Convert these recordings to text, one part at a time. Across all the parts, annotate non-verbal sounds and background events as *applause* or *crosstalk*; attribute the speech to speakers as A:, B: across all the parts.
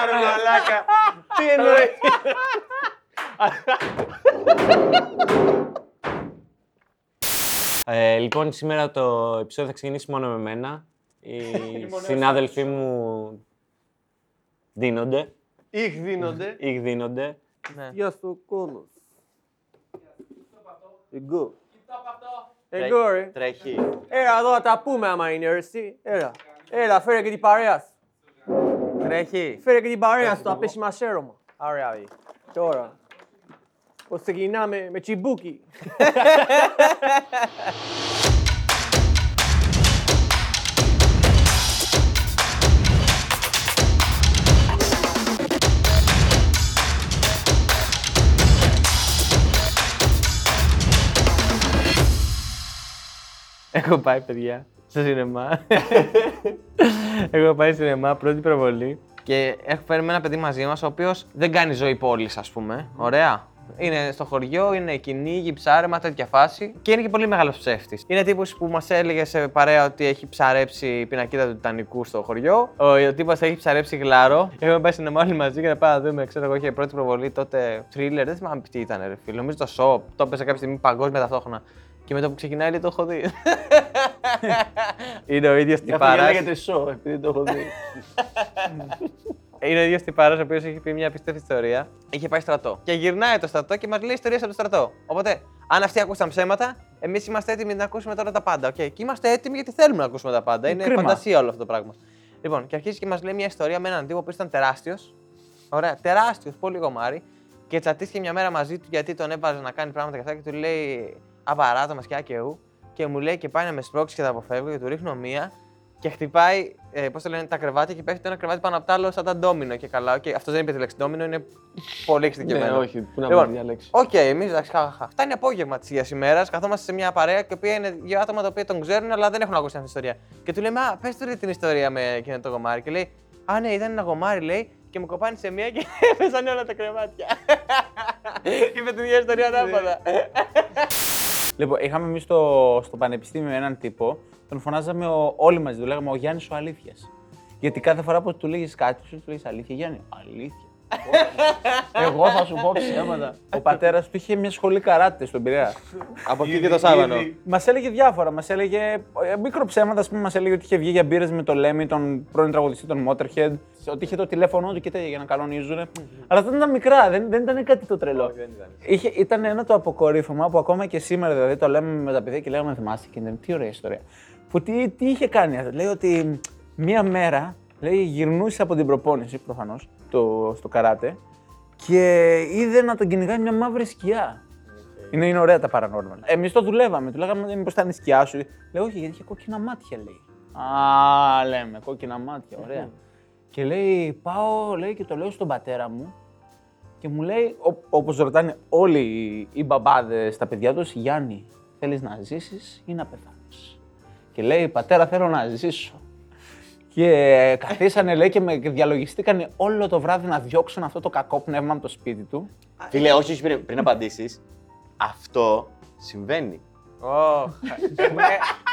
A: Άρε μαλάκα. Τι εννοεί.
B: Ε, λοιπόν, σήμερα το επεισόδιο θα ξεκινήσει μόνο με μένα.
C: *laughs*
B: Οι
A: νέος
B: συνάδελφοί μου δίνονται,
A: Ήχ δίνονται.
B: ηγδίνονται.
D: Ναι.
C: Γεια σου, κόλο. Εγώ.
D: Τρέ-
C: Εγώ, ρε.
D: Τρέχει.
C: Έλα εδώ να τα πούμε άμα είναι, ρε, εσύ. Έλα. Έλα, φέρε και την παρέα σου.
D: Τρέχει.
C: Φέρε και την παρέα σου, το απέσημα σέρωμα.
D: Ωραία. Άβη.
C: Τώρα. Πώς ξεκινάμε με
D: *laughs*
C: τσιμπούκι.
D: Έχω πάει, παιδιά, στο
A: *laughs*
D: σινεμά. Έχω πάει στο σινεμά, πρώτη προβολή. Και έχω φέρει με ένα παιδί μαζί μας, ο οποίος δεν κάνει ζωή πόλης, ας πούμε. Ωραία. Είναι στο χωριό, είναι κυνήγι, ψάρεμα, τέτοια φάση. Και είναι και πολύ μεγάλος ψεύτης. Είναι τύπος που μας έλεγε σε παρέα ότι έχει ψαρέψει η πινακίδα του Τιτανικού στο χωριό. Ο, ο τύπος έχει ψαρέψει γλάρο. Έχουμε πάει σινεμά όλοι μαζί για να πάμε να δούμε. Ξέρω εγώ, είχε πρώτη προβολή τότε θρίλερ. Ε, Δεν θυμάμαι τι ήταν, ρε φίλε. Νομίζω το σοπ. Το έπαιζε κάποια στιγμή παγκόσμια ταυτόχρονα. Και με το που ξεκινάει λέει το έχω δει. είναι ο ίδιος
A: Γι'
D: τυπάρα.
A: αυτό και λέγεται σο, επειδή το έχω δει.
D: Είναι ο ίδιος τυπάρας ο οποίος έχει πει μια απίστευτη ιστορία. Είχε πάει στρατό. Και γυρνάει το στρατό και μας λέει ιστορίες από το στρατό. Οπότε, αν αυτοί ακούσαν ψέματα, εμείς είμαστε έτοιμοι να ακούσουμε τώρα τα πάντα. Okay. Και είμαστε έτοιμοι γιατί θέλουμε να ακούσουμε τα πάντα. Είναι
C: Κρίμα.
D: φαντασία όλο αυτό το πράγμα. Λοιπόν, και αρχίζει και μας λέει μια ιστορία με έναν τύπο που ήταν τεράστιος. Ωραία, τεράστιος, πολύ γομάρι. Και τσατίστηκε μια μέρα μαζί του γιατί τον έβαζε να κάνει πράγματα και αυτά και του λέει Απαράτο μα και ου. Και μου λέει και πάει να με σπρώξει και τα αποφεύγω και του ρίχνω μία και χτυπάει, ε, πώς το λένε, τα κρεβάτια και πέφτει το ένα κρεβάτι πάνω από το άλλο σαν τα ντόμινο και καλά. Okay. Αυτός δεν είπε τη λέξη ντόμινο, είναι πολύ
A: Ναι,
D: εξειδικευμένο.
A: όχι, πού να
D: Λοιπόν,
A: με διαλέξει.
D: Οκ, εμείς εντάξει, χαχαχα. Φτάνει απόγευμα της ίδια ημέρας. Καθόμαστε σε μια παρέα και οποία είναι δύο άτομα τα οποία τον ξέρουν, αλλά δεν έχουν ακούσει αυτή την ιστορία. Και του λέμε, Α, πες του ρε, την ιστορία με εκείνο το γομάρι. Και λέει, Α, ναι, ήταν ένα γομάρι, λέει, και μου κοπάνει σε μία και *laughs* έπεσαν όλα τα κρεβάτια. *laughs* Είπε την ίδια ιστορία ανάποδα.
E: Λοιπόν, είχαμε εμείς στο, στο πανεπιστήμιο έναν τύπο, τον φωνάζαμε ο- όλοι μαζί, του λέγαμε ο Γιάννης ο Αλήθειας. Γιατί κάθε φορά που του λέγεις κάτι, σου του λέγεις Αλήθεια, Γιάννη. Αλήθεια. Εγώ θα σου πω ψέματα. ο πατέρας του είχε μια σχολή καράτε στον Πειραιά.
D: Από εκεί και το σάβανο.
E: Μας έλεγε διάφορα. Μας έλεγε ε, μικροψέματα, ας πούμε, μας έλεγε ότι είχε βγει για μπύρες με το Λέμι, τον πρώην τραγουδιστή, τον Motorhead. Ότι είχε το τηλέφωνό του και τέτοια για να κανονίζουν. Αλλά αυτά ήταν μικρά, δεν, δεν ήταν κάτι το τρελό. Είχε, ήταν ένα το αποκορύφωμα που ακόμα και σήμερα δηλαδή το λέμε με τα παιδιά και λέγαμε Θυμάστε και ήταν τι ωραία ιστορία. Που τι, τι είχε κάνει αυτό. Λέει ότι μία μέρα λέει, γυρνούσε από την προπόνηση προφανώς στο καράτε και είδε να τον κυνηγάει μια μαύρη σκιά. Είναι, είναι ωραία τα paranormal. Εμείς το δουλεύαμε. Του λέγαμε «Ε, μήπως ήταν η σκιά σου. Λέω όχι, γιατί είχε κόκκινα μάτια, λέει. Α, λέμε, κόκκινα μάτια, ωραία. και λέει, πάω, λέει και το λέω στον πατέρα μου. Και μου λέει, όπως ρωτάνε όλοι οι, οι μπαμπάδες τα παιδιά τους, Γιάννη, θέλεις να ζήσεις ή να πεθάνεις. Και λέει, πατέρα, θέλω να ζήσω. Και καθίσανε, λέει, και με διαλογιστήκανε όλο το βράδυ να διώξουν αυτό το κακό πνεύμα από το σπίτι του.
F: Φίλε, όχι, όχι πριν, πριν απαντήσεις. Αυτό συμβαίνει.
D: Ωχ.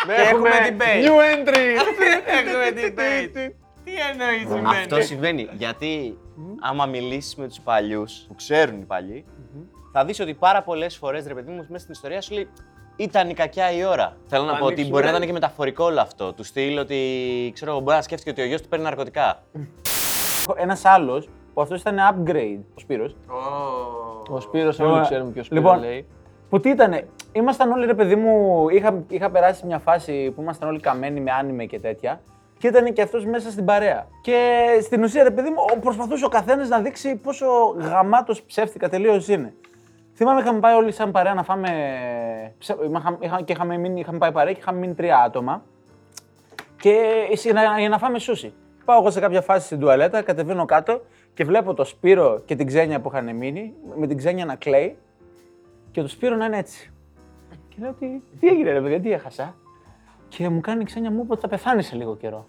A: Ναι,
D: έχουμε debate.
A: New entry.
D: *laughs* Έχουμε debate. Τι εννοείς
F: Αυτό συμβαίνει. Γιατί άμα μιλήσεις με τους παλιούς, που ξέρουν οι παλιοι θα δεις ότι πάρα πολλές φορές, ρε παιδί μου, μέσα στην ιστορία σου λέει ήταν η κακιά η ώρα. Θέλω να πω ότι μπορεί να ήταν και μεταφορικό όλο αυτό. Του στείλω ότι ξέρω εγώ, μπορεί να σκέφτηκε ότι ο γιος του
A: *laughs*
F: παίρνει ναρκωτικά.
E: Ένας άλλος που αυτός ήταν upgrade, ο Σπύρος.
A: Ο Σπύρος,
E: Ωραία.
A: όλοι ξέρουμε ποιος Σπύρο
E: Λοιπόν,
A: λέει.
E: Που τι ήτανε, ήμασταν όλοι ρε παιδί μου, είχα, είχα περάσει μια φάση που ήμασταν όλοι καμένοι με άνιμε και τέτοια. Και ήταν και αυτός μέσα στην παρέα. Και στην ουσία, ρε παιδί μου, ο- προσπαθούσε ο καθένας να δείξει πόσο γαμάτος ψεύτηκα τελείως είναι. Θυμάμαι, είχαμε πάει όλοι σαν παρέα να φάμε. ψε- είχα- είχα- και είχαμε, μείνει- είχαμε πάει παρέα και είχαμε μείνει τρία άτομα. και εσύ- να, για να φάμε σούσι. Πάω εγώ σε κάποια φάση στην τουαλέτα, κατεβαίνω κάτω και βλέπω το Σπύρο και την Ξένια που είχαν μείνει, με την Ξένια να κλαίει και το Σπύρο να είναι έτσι. Και λέω ότι τι έγινε ρε παιδιά, τι έχασα. Και μου κάνει η Ξένια μου είπε ότι θα πεθάνεις σε λίγο καιρό.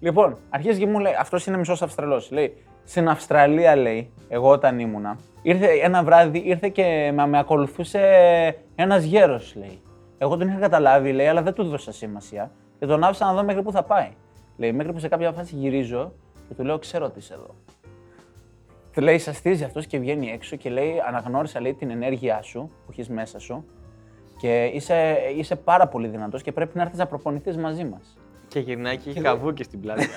E: λοιπόν, αρχίζει και μου λέει, αυτός είναι μισός Αυστραλός. Λέει, στην Αυστραλία λέει, εγώ όταν ήμουνα, ήρθε ένα βράδυ ήρθε και με, με ακολουθούσε ένας γέρος, λέει. Εγώ τον είχα καταλάβει, λέει, αλλά δεν του δώσα σημασία. Και τον άφησα να δω μέχρι πού θα πάει. Λέει, μέχρι που σε κάποια φάση γυρίζω Και του λέω, ξέρω ότι είσαι εδώ. Του λέει, σε στήριζε αυτός και βγαίνει έξω και λέει, αναγνώρισα λέει, την ενέργειά σου που έχεις μέσα σου και είσαι, είσαι πάρα πολύ δυνατός και πρέπει να έρθεις να προπονηθείς μαζί μας.
D: Και γυρνάει και έχει καβούκι στην πλάτη.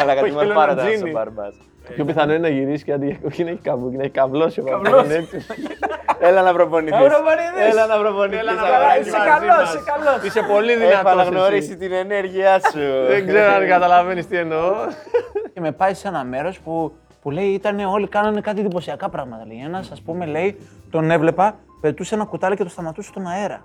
F: Αλλά κάτι μου πάρα τα
A: Λονατζίνι.
F: στο μπαρμπάζ.
A: Πιο πιθανό είναι να γυρίσεις και αντί όχι να έχει καβούκι, να έχει καβλώσει ο Παπαγιαννέτσης. *laughs* Έλα να προπονηθείς. Έλα να προπονηθείς. αγοράκι μου.
E: καλό, είσαι καλός.
A: Είσαι πολύ
F: Έχω
A: δυνατός εσύ.
F: αναγνωρίσει την ενέργειά σου. *laughs*
A: Δεν ξέρω αν καταλαβαίνεις τι εννοώ.
E: Και με πάει σε ένα μέρος που, που λέει ήταν όλοι κάνανε κάτι εντυπωσιακά πράγματα. Λέει. Ένας, ας πούμε, λέει, τον έβλεπα, πετούσε ένα κουτάλι και το σταματούσε στον αέρα.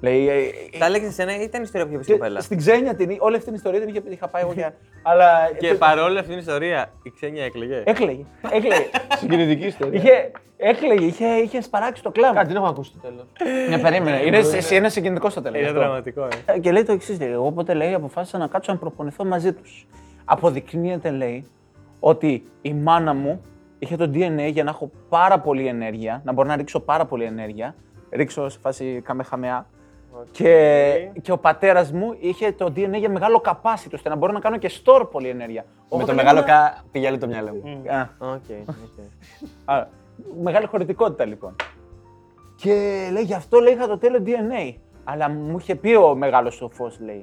E: Λέει, «Ε, ε, ε,
D: Τα λέξει εσένα ή ήταν ιστορία που είχε πει
E: Και
D: στην κοπέλα.
E: Στην ξένια την, όλη αυτή την ιστορία την είχε- είχα πάει εγώ *laughs* για. Αλλά.
D: Και
E: το-
D: παρόλο αυτήν την ιστορία, η ξένια έκλαιγε.
E: Έκλαιγε. Έκλαιγε.
A: Συγκινητική ιστορία.
E: είχε, έκλαιγε, είχε, είχε σπαράξει το κλαμπ.
A: Κάτι δεν έχω ακούσει το τέλος.
E: Ναι, περίμενε. Είναι, εσύ είναι συγκινητικό στο τέλος.
D: Είναι δραματικό, ε.
E: Ε, Και λέει το εξής. Εγώ οπότε λέει, αποφάσισα να κάτσω να προπονηθώ μαζί τους. Αποδεικνύεται, λέει, ότι η μάνα μου είχε το DNA για να έχω πάρα πολύ ενέργεια, να μπορώ να ρίξω πάρα πολύ ενέργεια. Ρίξω σε φάση καμεχαμεά. Και, και ο πατέρας μου είχε το DNA για μεγάλο capacity, ώστε να μπορώ να κάνω και store πολύ ενέργεια.
F: Με
E: Οπότε
F: το μεγάλο
E: ήμουν-
F: κα πήγε άλλο το μυαλό μου.
E: Α,
D: Οκ.
E: Άρα, μεγάλη χωρητικότητα λοιπόν. Και λέει, γι' αυτό λέει είχα το τέλειο DNA. Αλλά μου είχε πει ο μεγάλος σοφός, λέει.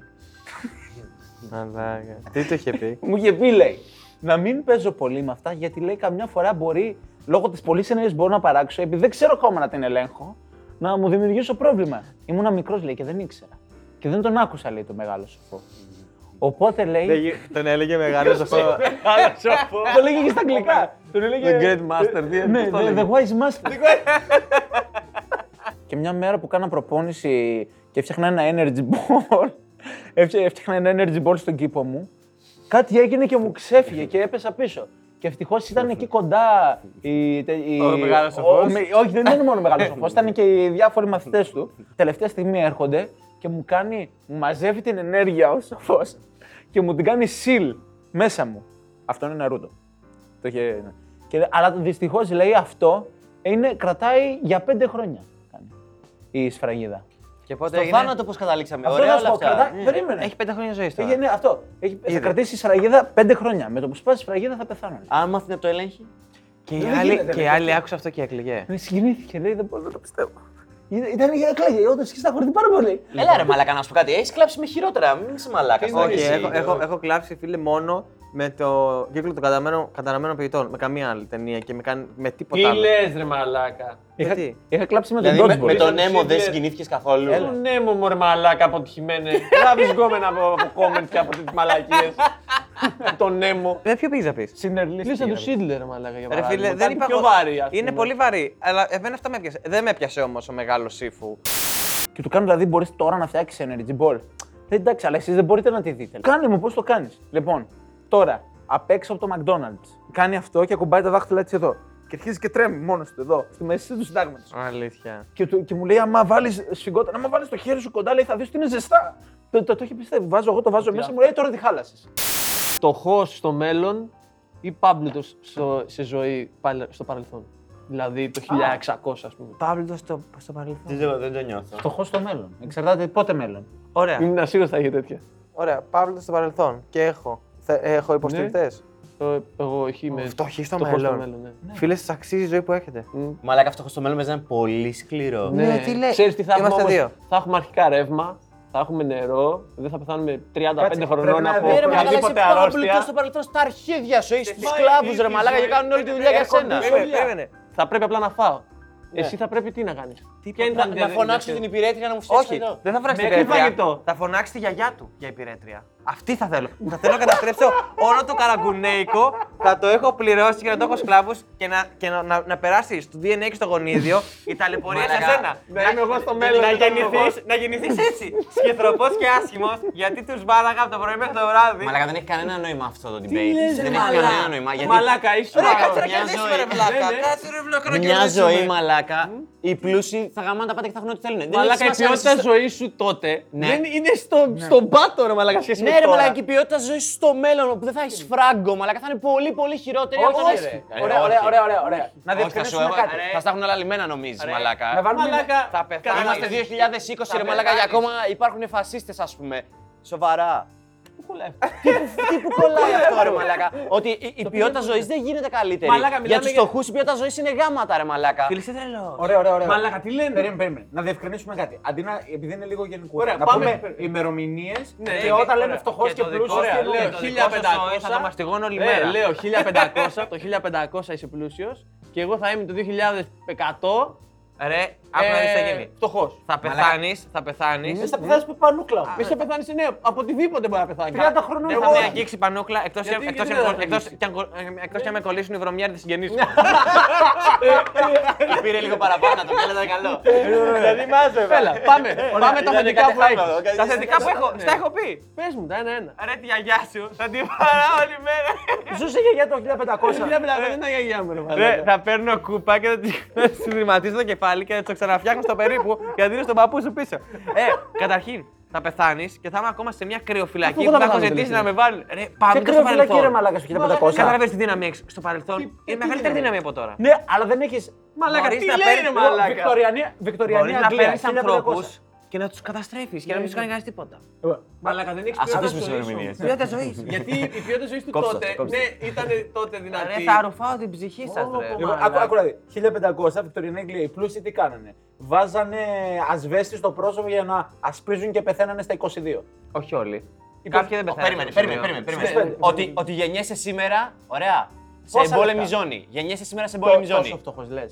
D: Μαλάκα. Τι το είχε πει.
E: Μου είχε πει, λέει, να μην παίζω πολύ με αυτά, γιατί λέει καμιά φορά μπορεί, λόγω της πολλής ενέργειας που μπορώ να παράξω, επειδή δεν ξέρω ακόμα να την ελέγχω, να μου δημιουργήσω πρόβλημα. Ήμουνα μικρός, λέει, και δεν ήξερα. Και δεν τον άκουσα, λέει, το μεγάλο σοφό. Mm-hmm. Οπότε λέει.
D: Τον έλεγε μεγάλο
E: *laughs*
D: αυτό.
E: Ναι. το λέγε και στα *laughs* αγγλικά. Τον έλεγε.
D: The Great Master, τι
E: Ναι,
D: αυτό
E: the,
D: λέγε.
E: the wise master. και μια μέρα που κάνα προπόνηση και έφτιαχνα ένα energy ball, *laughs* έφτια- έφτιαχνα ένα energy ball στον κήπο μου, κάτι έγινε και μου ξέφυγε και έπεσα πίσω. Και ευτυχώς ήταν εκεί κοντά η, τε- η,
D: Ο μεγάλος σοφός.
E: ο- με- όχι, δεν ήταν μόνο ο μεγάλος σοφός, ήταν και οι διάφοροι μαθητές του. Τελευταία στιγμή έρχονται και μου κάνει, μου μαζεύει την ενέργεια ο σοφός και μου την κάνει seal μέσα μου. Αυτό είναι Ναρούτο. Το είχε- ναι. Και, αλλά δυστυχώς λέει αυτό είναι, κρατάει για πέντε χρόνια. κάνει Η σφραγίδα.
D: Και πότε
F: Το
D: έγινε.
F: θάνατο πώς καταλήξαμε.
E: Αυτό
F: Ωραία
E: να σου
F: όλα
E: πω, κρατά-
F: αυτά.
E: περίμενε.
D: Έχει πέντε χρόνια ζωή
E: Έχει-
D: τώρα.
E: ναι, αυτό. Έχει, θα κρατήσει η σφραγίδα πέντε χρόνια. Με το που σπάσει η σφραγίδα θα πεθάνουν.
F: Αν μάθει να το ελέγχει.
D: Και η
E: Δεν γίνεται,
D: άλλη-
E: ρε,
D: Και η άλλη άκουσε αυτό και έκλαιγε.
E: Με Ναι, συγκινήθηκε, λέει, δεν μπορώ να το πιστεύω. Ήταν- Ήταν για κλαίγε, όντω και στα χωρί πάρα πολύ.
F: Έλα ρε μαλάκα να σου πω κάτι. Έχει κλάψει με χειρότερα. Μην είσαι μαλάκα.
D: Όχι, έχω, έχω, έχω κλάψει φίλε μόνο με το κύκλο των καταμένων, καταναμένων ποιητών. Με καμία άλλη ταινία και με, καν- με τίποτα άλλο.
A: λες ρε μαλάκα.
E: Είχα,
D: Γιατί?
E: είχα κλάψει με τον
F: Δηλαδή με,
E: Dodgeball.
F: με τον
A: Έλα,
F: Νέμο δεν
A: ψήφιε.
F: συγκινήθηκες καθόλου.
A: Του Νέμο μωρ ναι, μαλάκα *laughs* αποτυχημένε. Λάβεις γκόμενα από, από comments και από τις *laughs* μαλακίες. ναι Τον Νέμο.
D: Με Ε, ποιο πήγε να λοιπόν. πει.
A: Κλείσε του Σίτλερ μαλάκα για
D: Ρε
A: παράδειγμα.
D: φίλε, δεν
A: Κάτι
D: είπα.
A: πιο
D: εγώ-
A: βαρύ, ας
D: Είναι
A: πούμε.
D: πολύ βαρύ. Αλλά εμένα αυτά με έπιασε. Δεν με έπιασε όμως ο μεγάλος σύφου.
E: Και του κάνω δηλαδή: Μπορείς τώρα να φτιάξεις energy ball. Λέει εντάξει, αλλά εσείς δεν μπορείτε να τη δείτε. Κάνε μου, πώς το κάνεις. Λοιπόν, τώρα απ' έξω από το McDonald's. Κάνει αυτό και ακουμπάει τα δάχτυλα έτσι εδώ. Και αρχίζει και τρέμει μόνος του εδώ, στη μέση του συντάγματος.
D: Αλήθεια.
E: Και, του- και μου λέει: Άμα βάλεις σφιγγόταν, άμα βάλεις το χέρι σου κοντά, λέει θα δεις ότι είναι ζεστά. Το, το, το έχει πιστεύει. Βάζω εγώ, το βάζω μέσα, μου λέει «Ε, τώρα τη χάλασες.
A: φτωχό στο μέλλον ή πάμπλουτο σε ζωή πάλι- στο παρελθόν. Δηλαδή το 1600, α πούμε.
D: Παύλο στο, στο παρελθόν.
F: Δεν το- Δεν το νιώθω.
E: Φτωχό στο μέλλον. Εξαρτάται πότε μέλλον.
D: Ωραία.
A: Ήμουν σίγουρο θα είχε τέτοια.
D: Ωραία. Παύλο στο παρελθόν. Και έχω. Θε-
E: Ναι.
D: έχω υποστηρικτές.
A: Ε, Εγώ εκεί είμαι.
D: Φτωχής στο
A: φτωχός
D: μέλλον.
A: ναι.
D: Φίλες, σας αξίζει η ζωή που έχετε.
F: Μαλάκα αυτό στο μέλλον μας είναι πολύ σκληρό.
D: Ναι, τι λέει.
A: Ε, Ξέρεις τι θα έχουμε.
D: Είμαστε
A: όμως?
D: δύο.
A: Θα έχουμε αρχικά ρεύμα, θα έχουμε νερό, δεν θα πεθάνουμε 35 χρονών από
F: Ρε μαλάκα είσαι
A: οποιαδήποτε αρρώστια.
F: πάμπλουτος στο παρελθόν στα αρχίδια σου. Είσαι στους σκλάβους ρε μαλάκα και κάνουν όλη τη δουλειά
D: Ε,
F: για σένα.
D: Περίμενε, περίμενε.
A: Θα πρέπει απλά να φάω. Εσύ θα πρέπει τι να κάνεις.
F: Να- Να φωνάξω την υπηρέτρια να μου φτιάξει
D: Όχι,
F: εδώ.
D: δεν θα φωνάξεις την
A: Μέχρι
D: υπηρέτρια.
A: φαγητό.
D: Θα φωνάξεις τη γιαγιά του για υπηρέτρια. Αυτή θα θέλω. θα θέλω να καταστρέψω όλο το καραγκουνέικο, θα το έχω πληρώσει και να το έχω σκλάβους και, να, και να, να, να περάσεις στο DNA και στο γονίδιο η ταλαιπωρία σε
F: Μαλάκα.
D: σένα.
A: Να είμαι εγώ στο μέλλον.
D: Να
A: και θα είμαι εγώ.
D: γεννηθείς, να γεννηθείς έτσι, σκεθροπός και άσχημος, γιατί τους βάλαγα από το πρωί μέχρι το βράδυ.
F: Μαλάκα δεν έχει κανένα νόημα αυτό το debate. Δεν έχει κανένα νόημα. Γιατί
A: Μαλάκα, είσαι
D: Ρε, κάτσε να
F: Μια
D: κερδίσουμε
F: ζωή.
D: ρε βλάκα,
A: Ναι, ναι.
D: κάτσε ρε βλάκα να
F: Μια
D: κερδίσουμε.
F: ζωή μαλάκα. Οι πλούσιοι θα γαμάνε τα πάντα και θα έχουν ό,τι θέλουν. Δεν
A: Μαλάκα, η
F: έχει σημασία αν
A: ποιότητα
F: είσαι στο-
A: ζωής σου τότε
F: Ναι.
A: δεν είναι στο, στον πάτο, ρε Μαλάκα, σχέση με
F: Ναι, ρε
A: τώρα.
F: μαλάκα, η ποιότητα ζωής στο μέλλον που δεν θα έχεις φράγκο, μαλάκα θα είναι πολύ πολύ χειρότερη από
E: Όχι,
F: τον
E: ρε. Ωραία, ωραία, ωραία, ωραία, ωραία. Να
F: θα σου
E: διευκρινίσουμε
F: έχω-
E: κάτι.
F: ρε. Θα στα έχουν όλα λιμένα νομίζεις, μαλάκα.
E: Να βάλουμε...
A: Μαλάκα,
D: Θα πεθάνω.
F: Ε, Είμαστε 2020, ρε μαλάκα, και ακόμα υπάρχουν φασίστες, ας πούμε. Σοβαρά. που κολλάει αυτό. Τι που- Τι που κολλάει αυτό, ρε Μαλάκα. Ότι η- η ποιότητα ζωής δεν γίνεται καλύτερη.
C: Μαλάκα,
F: Για
C: μιλάμε
F: τους
C: για-
F: φτωχούς η ποιότητα ζωής είναι γάματα, ρε Μαλάκα.
E: Ωραία, ωραία, ωραία.
C: Μαλάκα, τι λένε.
E: Περίμενε, περίμενε. Να διευκρινίσουμε κάτι. Αντί να, επειδή είναι λίγο γενικό.
C: Ωραία,
E: να
C: πάμε.
E: πούμε ημερομηνίες
C: Ναι,
E: και
C: ναι,
E: όταν
C: ωραία.
E: λέμε φτωχός και,
G: Και το δικό
E: πλούσιο.
G: σου,
E: και
G: λέω, το
E: λέμε-
D: Το
G: δικό σας
D: δικό σας
G: ζωή
D: ζωή θα το μαστιγώνω όλη μέρα.
G: Ε, λέω 1500, το 1500 είσαι πλούσιος και εγώ θα είμαι το 2100.
D: Ρε, άκου να δεις τι θα
G: Ε,
D: γίνει.
G: Φτωχός.
D: Θα πεθάνεις, θα πεθάνεις.
E: Εσύ θα πεθάνεις που πανούκλα.
G: Εσύ θα πεθάνει νέο. Αποτιδήποτε μπορεί να πεθάνεις.
E: 30 χρονών
D: Δεν θα
E: εγώ.
D: με αγγίξει πανούκλα εκτός
G: Γιατί-
D: εκτός-
G: γιατί δεν θα
D: εκτός- εκτός-
G: αγγίξει.
D: κι αν κο- ε, εκτός κι αν με κολλήσουν οι βρωμιάριδες συγγενείς μου.
F: Πήρε λίγο παραπάνω, το πέλατε καλό.
G: Έλα, πάμε. Πάμε τα θετικά που έχει.
D: Τα θετικά
G: Ναι.
D: που έχω, στα έχω πει.
G: Πε μου τα ένα-ένα.
D: Ρε τη γιαγιά σου, θα την *laughs* παράω όλη μέρα.
E: Ζούσε για το 1500.
G: Δεν είναι η γιαγιά μου, ρε
D: Ρε,
G: μαλάκα.
D: Ναι, θα παίρνω κούπα και θα τη *laughs* συγχρηματίσω το κεφάλι και θα το ξαναφτιάχνω στο περίπου και θα δίνω στον παππού σου πίσω. Ε, καταρχήν, θα πεθάνεις και θα είμαι ακόμα σε μια κρυοφυλακή
E: Αφού
D: που θα
E: θα
D: έχω
E: πεθάνω
D: ζητήσει να
E: τελικά.
D: με βάλουν. Ρε, πάμε
E: Και
D: και στο
E: κρυοφυλακή ρε
D: παρελθόν.
E: μαλάκα στο 1500.
D: Κατάλαβες τη δύναμη έχεις στο παρελθόν. Είναι μεγαλύτερη δύναμη από τώρα.
E: Ναι, αλλά δεν έχεις.
D: Μαλάκα,
G: τι λέει, ρε μαλάκα.
E: Βικτοριανή,
D: Μπορεί
E: Βικτοριανή
D: να
E: Αγγλία.
D: παίρνεις
E: 1500.
D: ανθρώπους και να τους καταστρέφεις και να μην του κάνει κανεί τίποτα.
G: Μαλάκα, δεν έχεις
F: Ας
G: ποιότητα
F: αφήσουμε τι
G: ζωή.
F: ημερομηνίες.
D: Ποιότητα *laughs* ζωής.
G: Γιατί η ποιότητα ζωής του
F: Κόψτε το,
G: τότε.
F: κόψτε
G: Ναι, ήταν τότε δυνατή.
D: Ρε, θα αρουφάω την ψυχή σας, ρε.
E: Λοιπόν, άκου, άκου να δει. 1500 Βικτοριανή Αγγλία. Οι πλούσιοι τι κάνανε. Βάζανε ασβέστη στο πρόσωπο για να ασπίζουν και πεθαίνανε στα 22.
D: Όχι όλοι. Κάποιοι δεν πεθαίνουν.
F: Περίμενε, περίμενε, περίμενε. περίμενε.
E: Στις
F: Ότι, ότι γεννιέσαι σήμερα, ωραία, σε
E: Πόσα
F: εμπόλεμη
E: λεπτά?
F: ζώνη. Γεννιέσαι σήμερα σε εμπόλεμη
E: Τόσο
F: ζώνη.
E: φτωχός λες.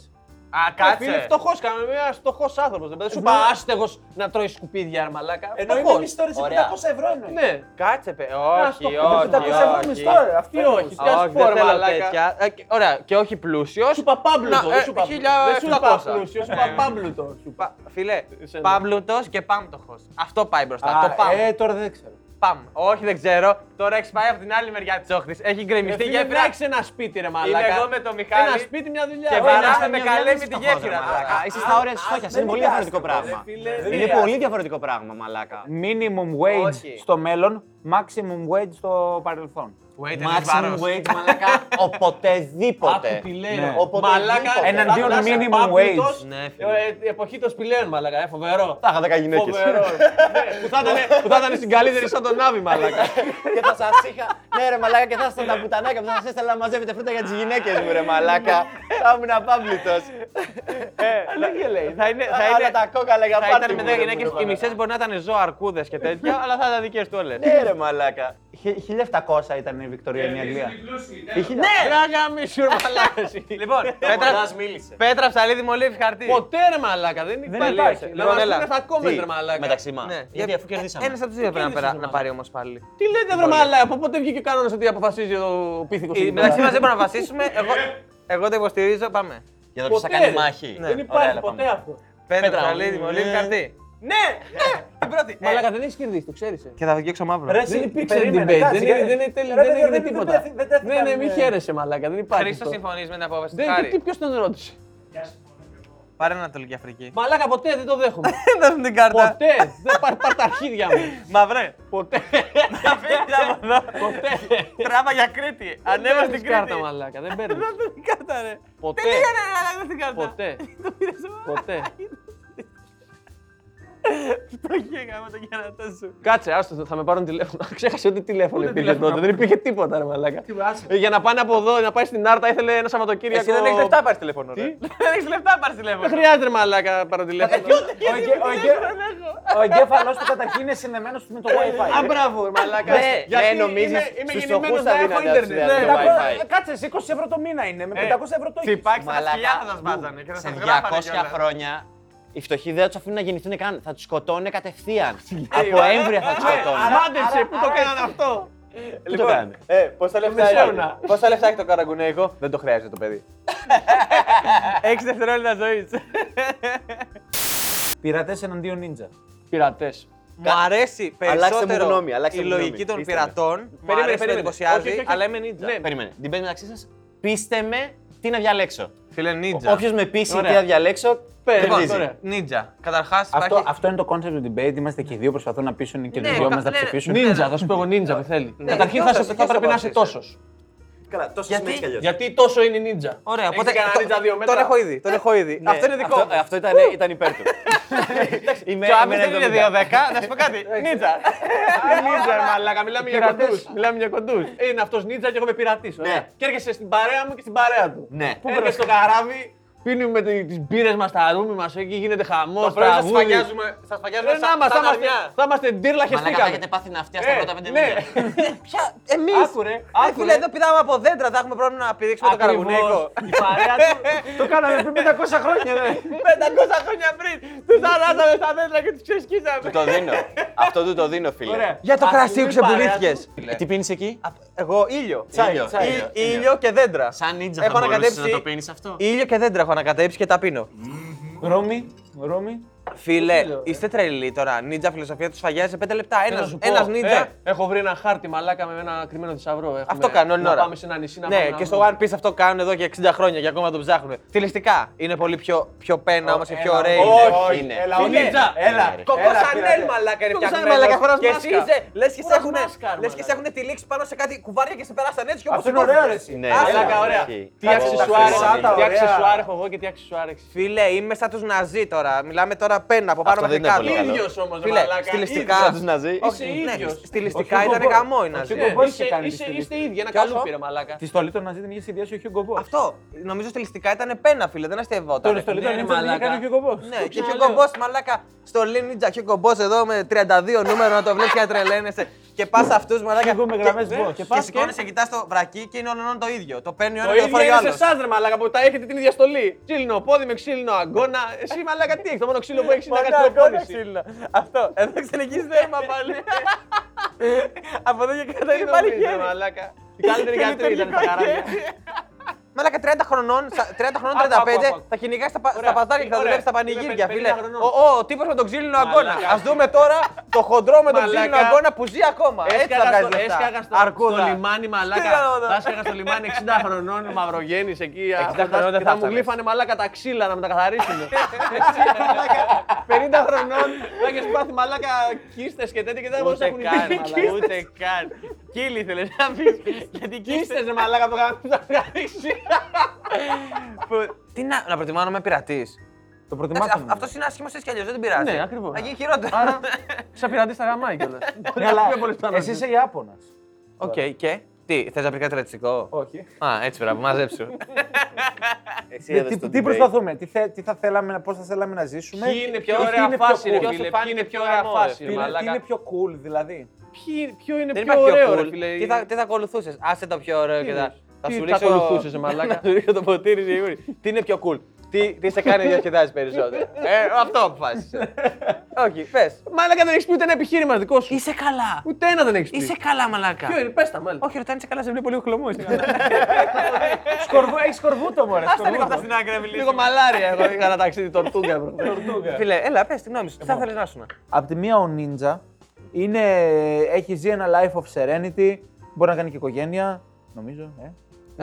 D: Α,
G: Είναι
D: κάτσε.
G: φτωχό, κάναμε ένα φτωχός άνθρωπος. Δεν σου είπα άστεγος να τρώει σκουπίδια, ρε μαλάκα.
E: Ενώ είναι
G: Φτωχός.
E: μισθό ρε, σε
F: Ωραία.
E: 500 ευρώ εννοείς.
G: Ναι,
D: Κάτσε, παι.
G: Ας
D: Όχι,
G: το-
D: όχι.
G: Δεν τα
E: Τα
G: πες,
E: ευρώ
D: όχι.
E: μισθό, ρε. Αυτή
G: τι όχι. Τι α
D: Όχι,
G: πω,
D: δεν
G: ρε
D: θέλω
G: μαλάκα.
D: τέτοια. Ε, και- Ωραία, και όχι πλούσιος.
G: Σου είπα πάμπλουτο.
D: Να,
G: Δεν
D: ε,
G: σου είπα
D: χίλια
G: Δεν σου είπα Ε.
D: 700.
G: πλούσιος, σου είπα πάμπλουτο. σου είπα.
D: Φιλέ,
G: Εσένα.
D: πάμπλουτο και πάμπτωχο. Αυτό πάει μπροστά.
E: Α,
D: το πάμ.
E: Ε, τώρα δεν ξέρω.
D: Πάμ. Όχι, δεν ξέρω. Τώρα έχεις πάει από την άλλη μεριά της όχθης. Έχει
G: Ρε
D: γκρεμιστεί
G: Ε, φίλε,
D: γέφυρα.
G: βράξε ένα σπίτι, ρε
D: Είμαι
G: μαλάκα.
D: εγώ με το Μιχάλη.
G: Ένα σπίτι, μια δουλειά.
D: Και
G: Ωραία,
D: βαράμε με
G: μια
D: καλέ
G: δουλειά,
D: με τη
G: φτωχός,
D: γέφυρα.
G: ρε μαλάκα.
D: μαλάκα.
F: Είσαι στα όρια της φτώχεια. Είναι πολύ
E: είναι
F: διαφορετικό πράγμα.
G: Φίλε,
F: Είναι πολύ διαφορετικό πράγμα, μαλάκα.
E: Minimum wage
D: Όχι.
E: στο μέλλον, maximum wage στο παρελθόν.
D: Wait, είναι
F: Maximum
D: βάρος.
F: wage, ε, μαλάκα, *laughs* οποτεδήποτε.
G: Άκου τι λέει,
E: Ναι.
G: ρε.
F: Οποτεδήποτε.
G: Μαλάκα,
E: Εναντίον
G: θα- θα-
E: minimum
G: πάμπλουτος,
E: wage.
D: Ναι,
G: ε, ε, Εποχή των σπηλαίων, μαλάκα, ε, φοβερό.
F: Τα είχα δέκα γυναίκες.
G: Φοβερό. Ναι, Που θα ήταν- που θα ήταν στην καλύτερη σαν τον Άβη, μαλάκα.
F: *laughs* Και θα σας είχα. Ναι, ρε μαλάκα, και θα ήσασταν τα πουτανάκια που θα σας έστελνα να μαζεύετε φρούτα για τις γυναίκες μου, ρε μαλάκα. Θα ήμουν απάμπλητο.
D: λέει. Θα είναι. θα
F: Ε, ναι. Θα
D: είναι-
F: είναι τα κόκαλα για
D: Θα ήταν
F: πάρτι
D: με
F: μου,
D: δέκα
F: ρε,
D: γυναίκες
F: μου,
D: και οι
F: ρε,
D: μισέ μπορεί να ήταν ζώα, αρκούδε και
G: *laughs*
D: τέτοια, αλλά θα ήταν δικές του όλε.
F: μαλάκα. Ναι, ρε μαλάκα.
E: 1700 ήταν η Βικτοριανή Αγγλία.
G: Ε, Ναι! Ράγα μη σου, ρε μαλάκα. εσύ.
D: Λοιπόν,
F: Πέτρα
D: πέτρα,
F: μίλησε.
D: πέτρα ψαλίδι μολύβι χαρτί.
G: Ποτέ ρε μαλάκα, δεν υπάρχει.
E: υπάρχει.
G: Να
D: Λοιπόν,
G: μας
D: έλα.
G: πούνε θα κόμμεντ, ρε μαλάκα.
F: Μεταξύ μας.
D: Ναι.
F: Γιατί αφού κερδίσαμε.
D: Ένα από του δύο πρέπει να πέρα- να πάρει όμως πάλι.
G: Τι λέτε βρε μαλάκα, από πότε βγήκε ο κανόνας ότι αποφασίζει ο πίθηκος.
D: Ε, Μεταξύ μας δεν μπορούμε να βασίσουμε. Εγώ, εγώ το υποστηρίζω. Πάμε.
F: Για το ποιο θα κάνει μάχη.
D: Ναι,
G: Δεν
F: Ναι. Ωραία, λοιπόν.
G: υπάρχει
F: έλα,
D: λοιπόν.
G: ποτέ
F: πάμε.
G: αυτό.
D: Πέτρα,
F: Πέτρα,
D: ψαλίδι,
F: ναι.
D: μολύβι, χαρτί.
G: Ναι!
D: Την πρώτη.
G: Μαλάκα δεν έχεις κερδίσει, το ε. ξέρεις.
D: Ε, Και θα βγει μαύρος.
E: Ρε,
G: Δεν
E: εσύ,
G: υπήρξε
E: περίμενε,
G: debate.
E: κάτσε,
G: Δεν
E: κάτσε.
G: δεν- τέλει-
E: Ρε,
G: δεν
E: ρε,
G: έγινε
E: δεν-
G: τίποτα.
E: δεν- δεν τέθηκαν,
G: Ναι, ναι, μη
E: ε,
G: χαίρεσαι, μαλάκα. Δεν υπάρχει.
D: Χρήστος,
G: αυτό.
D: συμφωνείς με την απόφαση του
G: Δεν- τι- τι-
D: Χάρη.
G: Ποιος τον ρώτησε.
D: Πάρε Ανατολική Αφρική.
G: Μαλάκα ποτέ δεν το *laughs* δέχομαι.
D: Δώσ' μου την κάρτα.
G: Ποτέ! Δεν πάρ πάρ τα αρχίδια
D: *laughs*
G: μου.
D: Μαυρέ.
G: *laughs* Ποτέ!
D: Να φύγεις από εδώ.
G: Ποτέ!
D: Τράβα για Κρήτη.
G: Δεν
D: Ανέβα
G: παίρνεις
D: στην
G: κάρτα,
D: Κρήτη.
G: μαλάκα. Δεν παίρνεις.
D: Δώσ' την κάρτα, ρε.
G: Ποτέ!
D: Δεν πήγαινε, ρε, αλλά δώσ' την κάρτα. *laughs*
G: Ποτέ! Ποτέ!
D: Το γέγα με τον κερατό σου.
G: Κάτσε, άστο, θα με πάρουν τηλέφωνο. *laughs* Ξέχασε ότι τηλέφωνο υπήρχε τότε. Δεν υπήρχε τίποτα, ρε μαλάκα. Ε, Για να πάνε από εδώ, να πάει στην Άρτα, ήθελε ένα Σαββατοκύριακο.
D: Εσύ δεν έχεις λεφτά, πάρεις τηλέφωνο. ρε. Δεν έχεις λεφτά, πάρεις
G: Δεν
D: τηλέφωνο.
G: χρειάζεται, ρε μαλάκα, πάρω τηλέφωνο.
E: Ο εγκε- ο εγκε- Ο εγκέφαλός του καταρχήν είναι συνδεμένος με
G: Ε,
E: το
G: Α,
E: WiFi. Ε,
G: μπράβο, ρε μαλάκα.
F: Ναι,
G: ε,
F: ναι, νομίζεις στους φτωχούς θα δίνανε ασυνδέατο
G: Ναι,
F: το
G: τα-
E: Ε,
F: Wi-Fi.
E: Κάτσε, σε 20 ευρώ το μήνα είναι. Με
G: Ε,
E: 500 ευρώ το έχει.
D: Τσιπάξτε τα
F: Μαλάκα,
D: σκυλιά θα σας βάζανε και θα
F: σε
D: σας
F: 200
D: γράφανε κιόλας.
F: χρόνια οι φτωχοί δεν τους αφήνουν να γεννηθούν καν. Θα τους σκοτώνουν κατευθείαν. Από έμβρια θα τους σκοτώνουν.
G: Μάντεψε, πού το κάνανε αυτό.
F: Πού το κάνουν.
D: Ε, πόσα λεφτά, έχει, πόσα λεφτά έχει το καραγκουνέικο, δεν το χρειάζεται το παιδί. 6 δευτερόλεπτα ζωής.
E: Πειρατές εναντίον νίντζα.
G: Πειρατές.
D: Μου αρέσει
F: Αλλάξτε μου
D: περισσότερο
F: γνώμη, αλλάξτε
D: η
F: μου γνώμη.
D: λογική των
F: Πείστε
D: πειρατών. Μου
G: Περίμενε,
D: αρέσει, με
G: περίμενε. Όχι, όχι,
D: εντυπωσιάζει,
G: όχι.
D: αλλά είμαι νίτζα.
G: Ναι.
F: Περίμενε. Την παίρνει μεταξύ σας. Πείστε με τι να διαλέξω.
D: Φίλε, νίτζα.
F: Όποιος με πείσει τι
G: Ωραία.
F: να διαλέξω,
G: Λοιπόν,
F: κερδίζει.
G: τώρα.
D: Νίτζα. Καταρχάς
E: Αυτό,
D: υπάρχει.
E: αυτό είναι το concept του debate. Είμαστε και οι δύο προσπαθούν να πείσουν και του
D: Ναι,
E: δύο
D: κα-
E: μας να
D: ναι,
E: ψηφίσουν.
D: ναι.
G: Νίντζα, θα σου πω εγώ νίντζα, με θέλει.
D: Ναι,
G: Καταρχήν
D: αυτό
G: θα, σε- θα
D: θα
G: πρέπει να
D: αποφασίσει.
G: είσαι τόσος.
H: Καλά, τόσο σημαίνει κι αλλιώς.
G: Γιατί τόσο είναι νίτζα.
D: Ωραία,
G: Έχεις
D: οπότε.
G: κανένα ρίτσα δύο μέτρα.
C: Τον έχω ήδη. Τον έχω ήδη.
F: Ναι,
C: Αυτό είναι δικό μου.
F: Αυτό, αυτό ήταν, ήταν υπέρ του.
D: Και ο Άμις δεν είναι 2-10, να σου πω κάτι.
G: *laughs* Δεν
D: Νίτσα.
G: είναι νίτζα, Ε, ρε μαλάκα. Μιλάμε για κοντούς. Μιλάμε για κοντούς. Είναι αυτός νίτζα και εγώ είμαι πειρατής.
F: Ναι.
G: Και έρχεσαι στην παρέα μου και στην παρέα του.
F: Ναι.
G: Πού έρχεσαι στο καράβι, πίνουμε τις μπύρες μας, τα ρούμι μας εκεί, γίνεται χαμός.
D: Το πρωί σας σφαγιάζουμε- σας σφαγιάζουμε
G: Ρε, Ε, να
D: σαν
G: είμαστε,
D: σαν
G: θα είμαστε-
D: αρνιά.
G: θα είμαστε ντύρλα
F: Μαλάκα, θα
G: χεστήκαμε.
F: έχετε πάθει ναυτία στα
G: Ε,
F: πρώτα πέντε
G: ναι.
F: μίλια.
C: Εμείς.
G: Άκουρε,
C: Ε, Φίλε,
G: άκουρε.
C: εδώ πηδάμε από δέντρα, θα έχουμε πρόβλημα να πηδήξουμε το καραγκουνέκο.
G: Η παρέα του
E: Το κάναμε πριν 500 χρόνια, ρε.
G: 500 χρόνια πριν τους αράζαμε στα δέντρα και τους ξεσκίσαμε.
F: Του το δίνω. Αυτό του το δίνω, φίλε.
G: Ωραία.
C: Για το
G: Ας
C: κρασί που
G: είναι η παρέα
C: ξεπουλήθηκες.
G: του.
F: Ε, Τι πίνεις εκεί?
C: Εγώ ήλιο. Τσάι,
F: Ήλιο,
C: τσάι.
F: ήλιο,
C: Ή- Ήλιο και δέντρα.
F: Σαν νίτζα
C: Έχω
F: θα μπορούσες να
C: ανακατέψει-
F: το πίνεις αυτό.
C: Ήλιο και δέντρα έχω ανακατέψει και τα πίνω.
E: Ρώμη, Ρώμη.
D: Φίλε, είστε τρελοί τώρα. Νίτζα φιλοσοφία τους σφαγιάζει σε 5 λεπτά.
G: Να σου πω,
D: Ένα νίτζα.
G: ε, έχω βρει ένα χάρτη μαλάκα με ένα κρυμμένο θησαυρό. Έχουμε-
D: Αυτό κάνουν όλη
G: να
D: ώρα.
G: Πάμε σε ένα νησί να πάμε
D: Ναι,
G: να
D: και στο
G: βρούμε.
D: One Piece αυτό κάνουν εδώ και 60 χρόνια και ακόμα τον ψάχνουν. Θηλιστικά. Είναι πολύ πιο, πιο πένα όμως και πιο ωραία.
F: Όχι, είναι.
E: Έλα, ο Νίτσα. Έλα.
D: Κοκό Σανέλ μαλάκα είναι
C: Κόκο Σανέλ,
D: φτιαγμένο.
C: μαλάκα, χωράς
D: Και εσύ
C: μάσκα.
D: είσαι, λες και σε
C: Χωράς
D: έχουν,
C: μάσκα, ρε,
D: λες και σε
C: μαλάκα.
D: έχουν τυλίξει πάνω σε κάτι κουβάρια και σε περάσαν έτσι και όπως
E: Αυτό είναι ωραίο, ρε. εσύ.
F: Ναι,
D: Άστα,
F: ναι,
G: ωραία.
F: ισχύει.
G: Τι
F: Εγώ-
G: αξεσουάρ
F: Αυτά
E: τα
G: τι
E: ωραία.
G: αξεσουάρ έχω εγώ και τι αξεσουάρ έχεις.
D: Φίλε, είμαι σαν τους Ναζί τώρα. Μιλάμε τώρα πένα από πάνω
F: Αυτό
D: μέχρι
F: δεν είναι
D: κάτω.
F: πολύ καλό.
G: Ίδιος όμως, ρε
D: Φίλε,
G: μαλάκα.
D: στιλιστικά.
G: ίδιος.
F: Σαν τους Ναζί.
G: Είσαι
D: Ναι,
G: ίδιος.
D: Στιλιστικά ήταν γαμό η Ναζί.
G: Ναι,
E: Πώς
G: είστε-
E: είχε κάνει τη
G: είστε-
E: στήλη.
G: Είστε ίδιοι, ένα
D: Κι όσο?
G: καλούπι ρε μαλάκα.
E: Τη στολή των Ναζί την είχε συνδυάσει ο Χιούγκο Μπός.
D: Αυτό. Νομίζω στιλιστικά ήταν πένα, φίλε. Δεν αστευόταν.
E: Τον στολή των
G: ναι,
E: Ναζί την είχε
G: μαλάκα.
E: κάνει ο Χιούγκο Μπός.
D: Ναι, και Hugo Boss, μαλάκα, στο Lean Ninja Hugo Boss εδώ με 32 νούμερο να το βλέπεις και να τρελαίνεσαι. Και πας αυτούς, μαλάκα,
E: Εγώ με γραμμές Boss.
D: και, και σηκώνεσαι, κοιτάς το βρακί και είναι όλων το ίδιο. Το παίρνει ο
G: Το
D: ένας και το
G: ίδιο
D: φοράει ο
G: είναι σε
D: άλλος.
G: εσάς ρε μαλάκα που τα έχετε την ίδια στολή. Ξύλινο πόδι με ξύλινο αγκώνα. Εσύ μαλάκα τι έχεις, το μόνο ξύλο που έχεις είναι
D: Μόνο αγκώνα
G: αγαστροπόνηση.
D: ξύλινο. Αυτό. Εδώ ξενικείς θέμα
G: *laughs*
D: πάλι. Από εδώ και κάτω είναι πάλι χέρι.
G: μαλάκα. Η καλύτερη γιατρή ήταν στα καράβια.
D: Μαλάκα 30 χρονών, σα- 30 χρονών,
G: Άκου, άκου,
D: 35,
G: άκου.
D: θα κυνηγάς στα, πα- στα
G: Ωραία.
D: παζάρια και θα
G: Ωραία.
D: δουλεύεις στα
G: Είμαι
D: πανηγύρια,
G: 50
D: φίλε.
G: χρονών.
D: Ο, ο, ο τύπος με τον ξύλινο αγκώνα.
G: Μαλάκα.
D: Ας δούμε τώρα το χοντρό με τον ξύλινο
G: Μαλάκα.
D: αγκώνα που ζει ακόμα. Έτσι θα βγάζει
G: Έσκαγα στο, στο
D: λεφτά. Αρκούδα.
G: λιμάνι μαλάκα.
D: Τι κάνω εδώ.
G: Θα έσκαγα στο λιμάνι 60 χρονών μαυρογέννης εκεί. 60
D: χρονών δεν
G: και
D: θα Ε,
G: θα μου
D: φτάνες.
G: γλύφανε μαλάκα τα ξύλα να με τα καθαρίσουν. 50 χρονών θα έχεις πάθει μαλάκα κίστες και τέτοια και δεν μπορούσα να
D: Ούτε καν,
G: κουνηθεί.
D: μαλάκα, ούτε καν. Κύλι θέλεις να πεις, γιατί
G: Κίστες
D: κύστες
G: ρε μαλάκα το καθαρίσει.
D: που... Τι να, να προτιμάω να είμαι πειρατής.
E: Το
D: Αυτό
E: προτιμάσαμε.
D: αυτός είναι άσχημος έτσι κι αλλιώς, δεν την πειράζει.
G: Ναι, ακριβώς.
D: Θα γίνει χειρότερο. *laughs*
G: Σαν πειρατή στα γαμάει κιόλας.
E: Ναι, αλλά
G: Πιο πολύ πιθανό.
E: εσύ είσαι Ιάπωνας.
D: Οκ, και. Τι, θες να πει κάτι ρατσιστικό.
E: Όχι.
D: Α, έτσι πρέπει,
G: *laughs*
D: μαζέψου.
F: Εσύ
E: Τι-
F: έδωσες
E: τι-
F: το
E: Τι
F: debate.
E: προσπαθούμε, τι θε- τι θα θέλαμε, πώς θα θέλαμε να ζήσουμε.
G: Ποιοι είναι πιο
E: ποιοι
G: ωραία
E: είναι
G: φάση, ρε
E: cool.
G: φίλε. Ποιοι είναι πιο ωραία φάση, ρε
E: Ποιοι είναι- τι είναι
G: μαλάκα.
E: πιο cool, δηλαδή.
G: Ποιοι- Ποιο είναι
D: Δεν
G: πιο
D: υπάρχει πιο
G: ωραίο, ρε
D: cool.
G: φίλε.
D: Τι θα, τι θα ακολουθούσες, άσε το πιο ωραίο και θα... Θα
G: τι
D: σου
G: θα
D: ρίξω...
G: ακολουθούσες, ρε μαλάκα.
D: *laughs* Να σου ρίξω το ποτήρι σίγουρη. Τι είναι πιο cool. Τι, τι σε
G: *laughs*
D: κάνει να διασκεδάσεις περισσότερο. ε, αυτό αποφάσισε. Όχι, πες.
G: Μαλάκα δεν έχεις πει ούτε ένα επιχείρημα δικό σου.
D: Είσαι καλά.
G: Ούτε ένα δεν έχεις πει.
D: Είσαι καλά, μαλάκα.
G: Ποιο είναι, πες τα μάλλον.
D: Όχι, ρωτάνε, είσαι καλά, σε βλέπω λίγο χλωμό.
E: Σκορβού, έχεις σκορβούτο, μωρέ.
D: Άστα λίγο αυτά στην άκρη να
G: Λίγο
D: μιλήσουμε.
G: μαλάρια εγώ είχα ένα ταξίδι τορτούγκα.
D: Φίλε, έλα, πες τη γνώμη σου. Τι
G: Ε,
D: θα θέλεις να σου
E: Απ' τη μία ο Νίντζα είναι, έχει ζει ένα life of serenity, μπορεί να κάνει και οικογένεια, νομίζω, ε.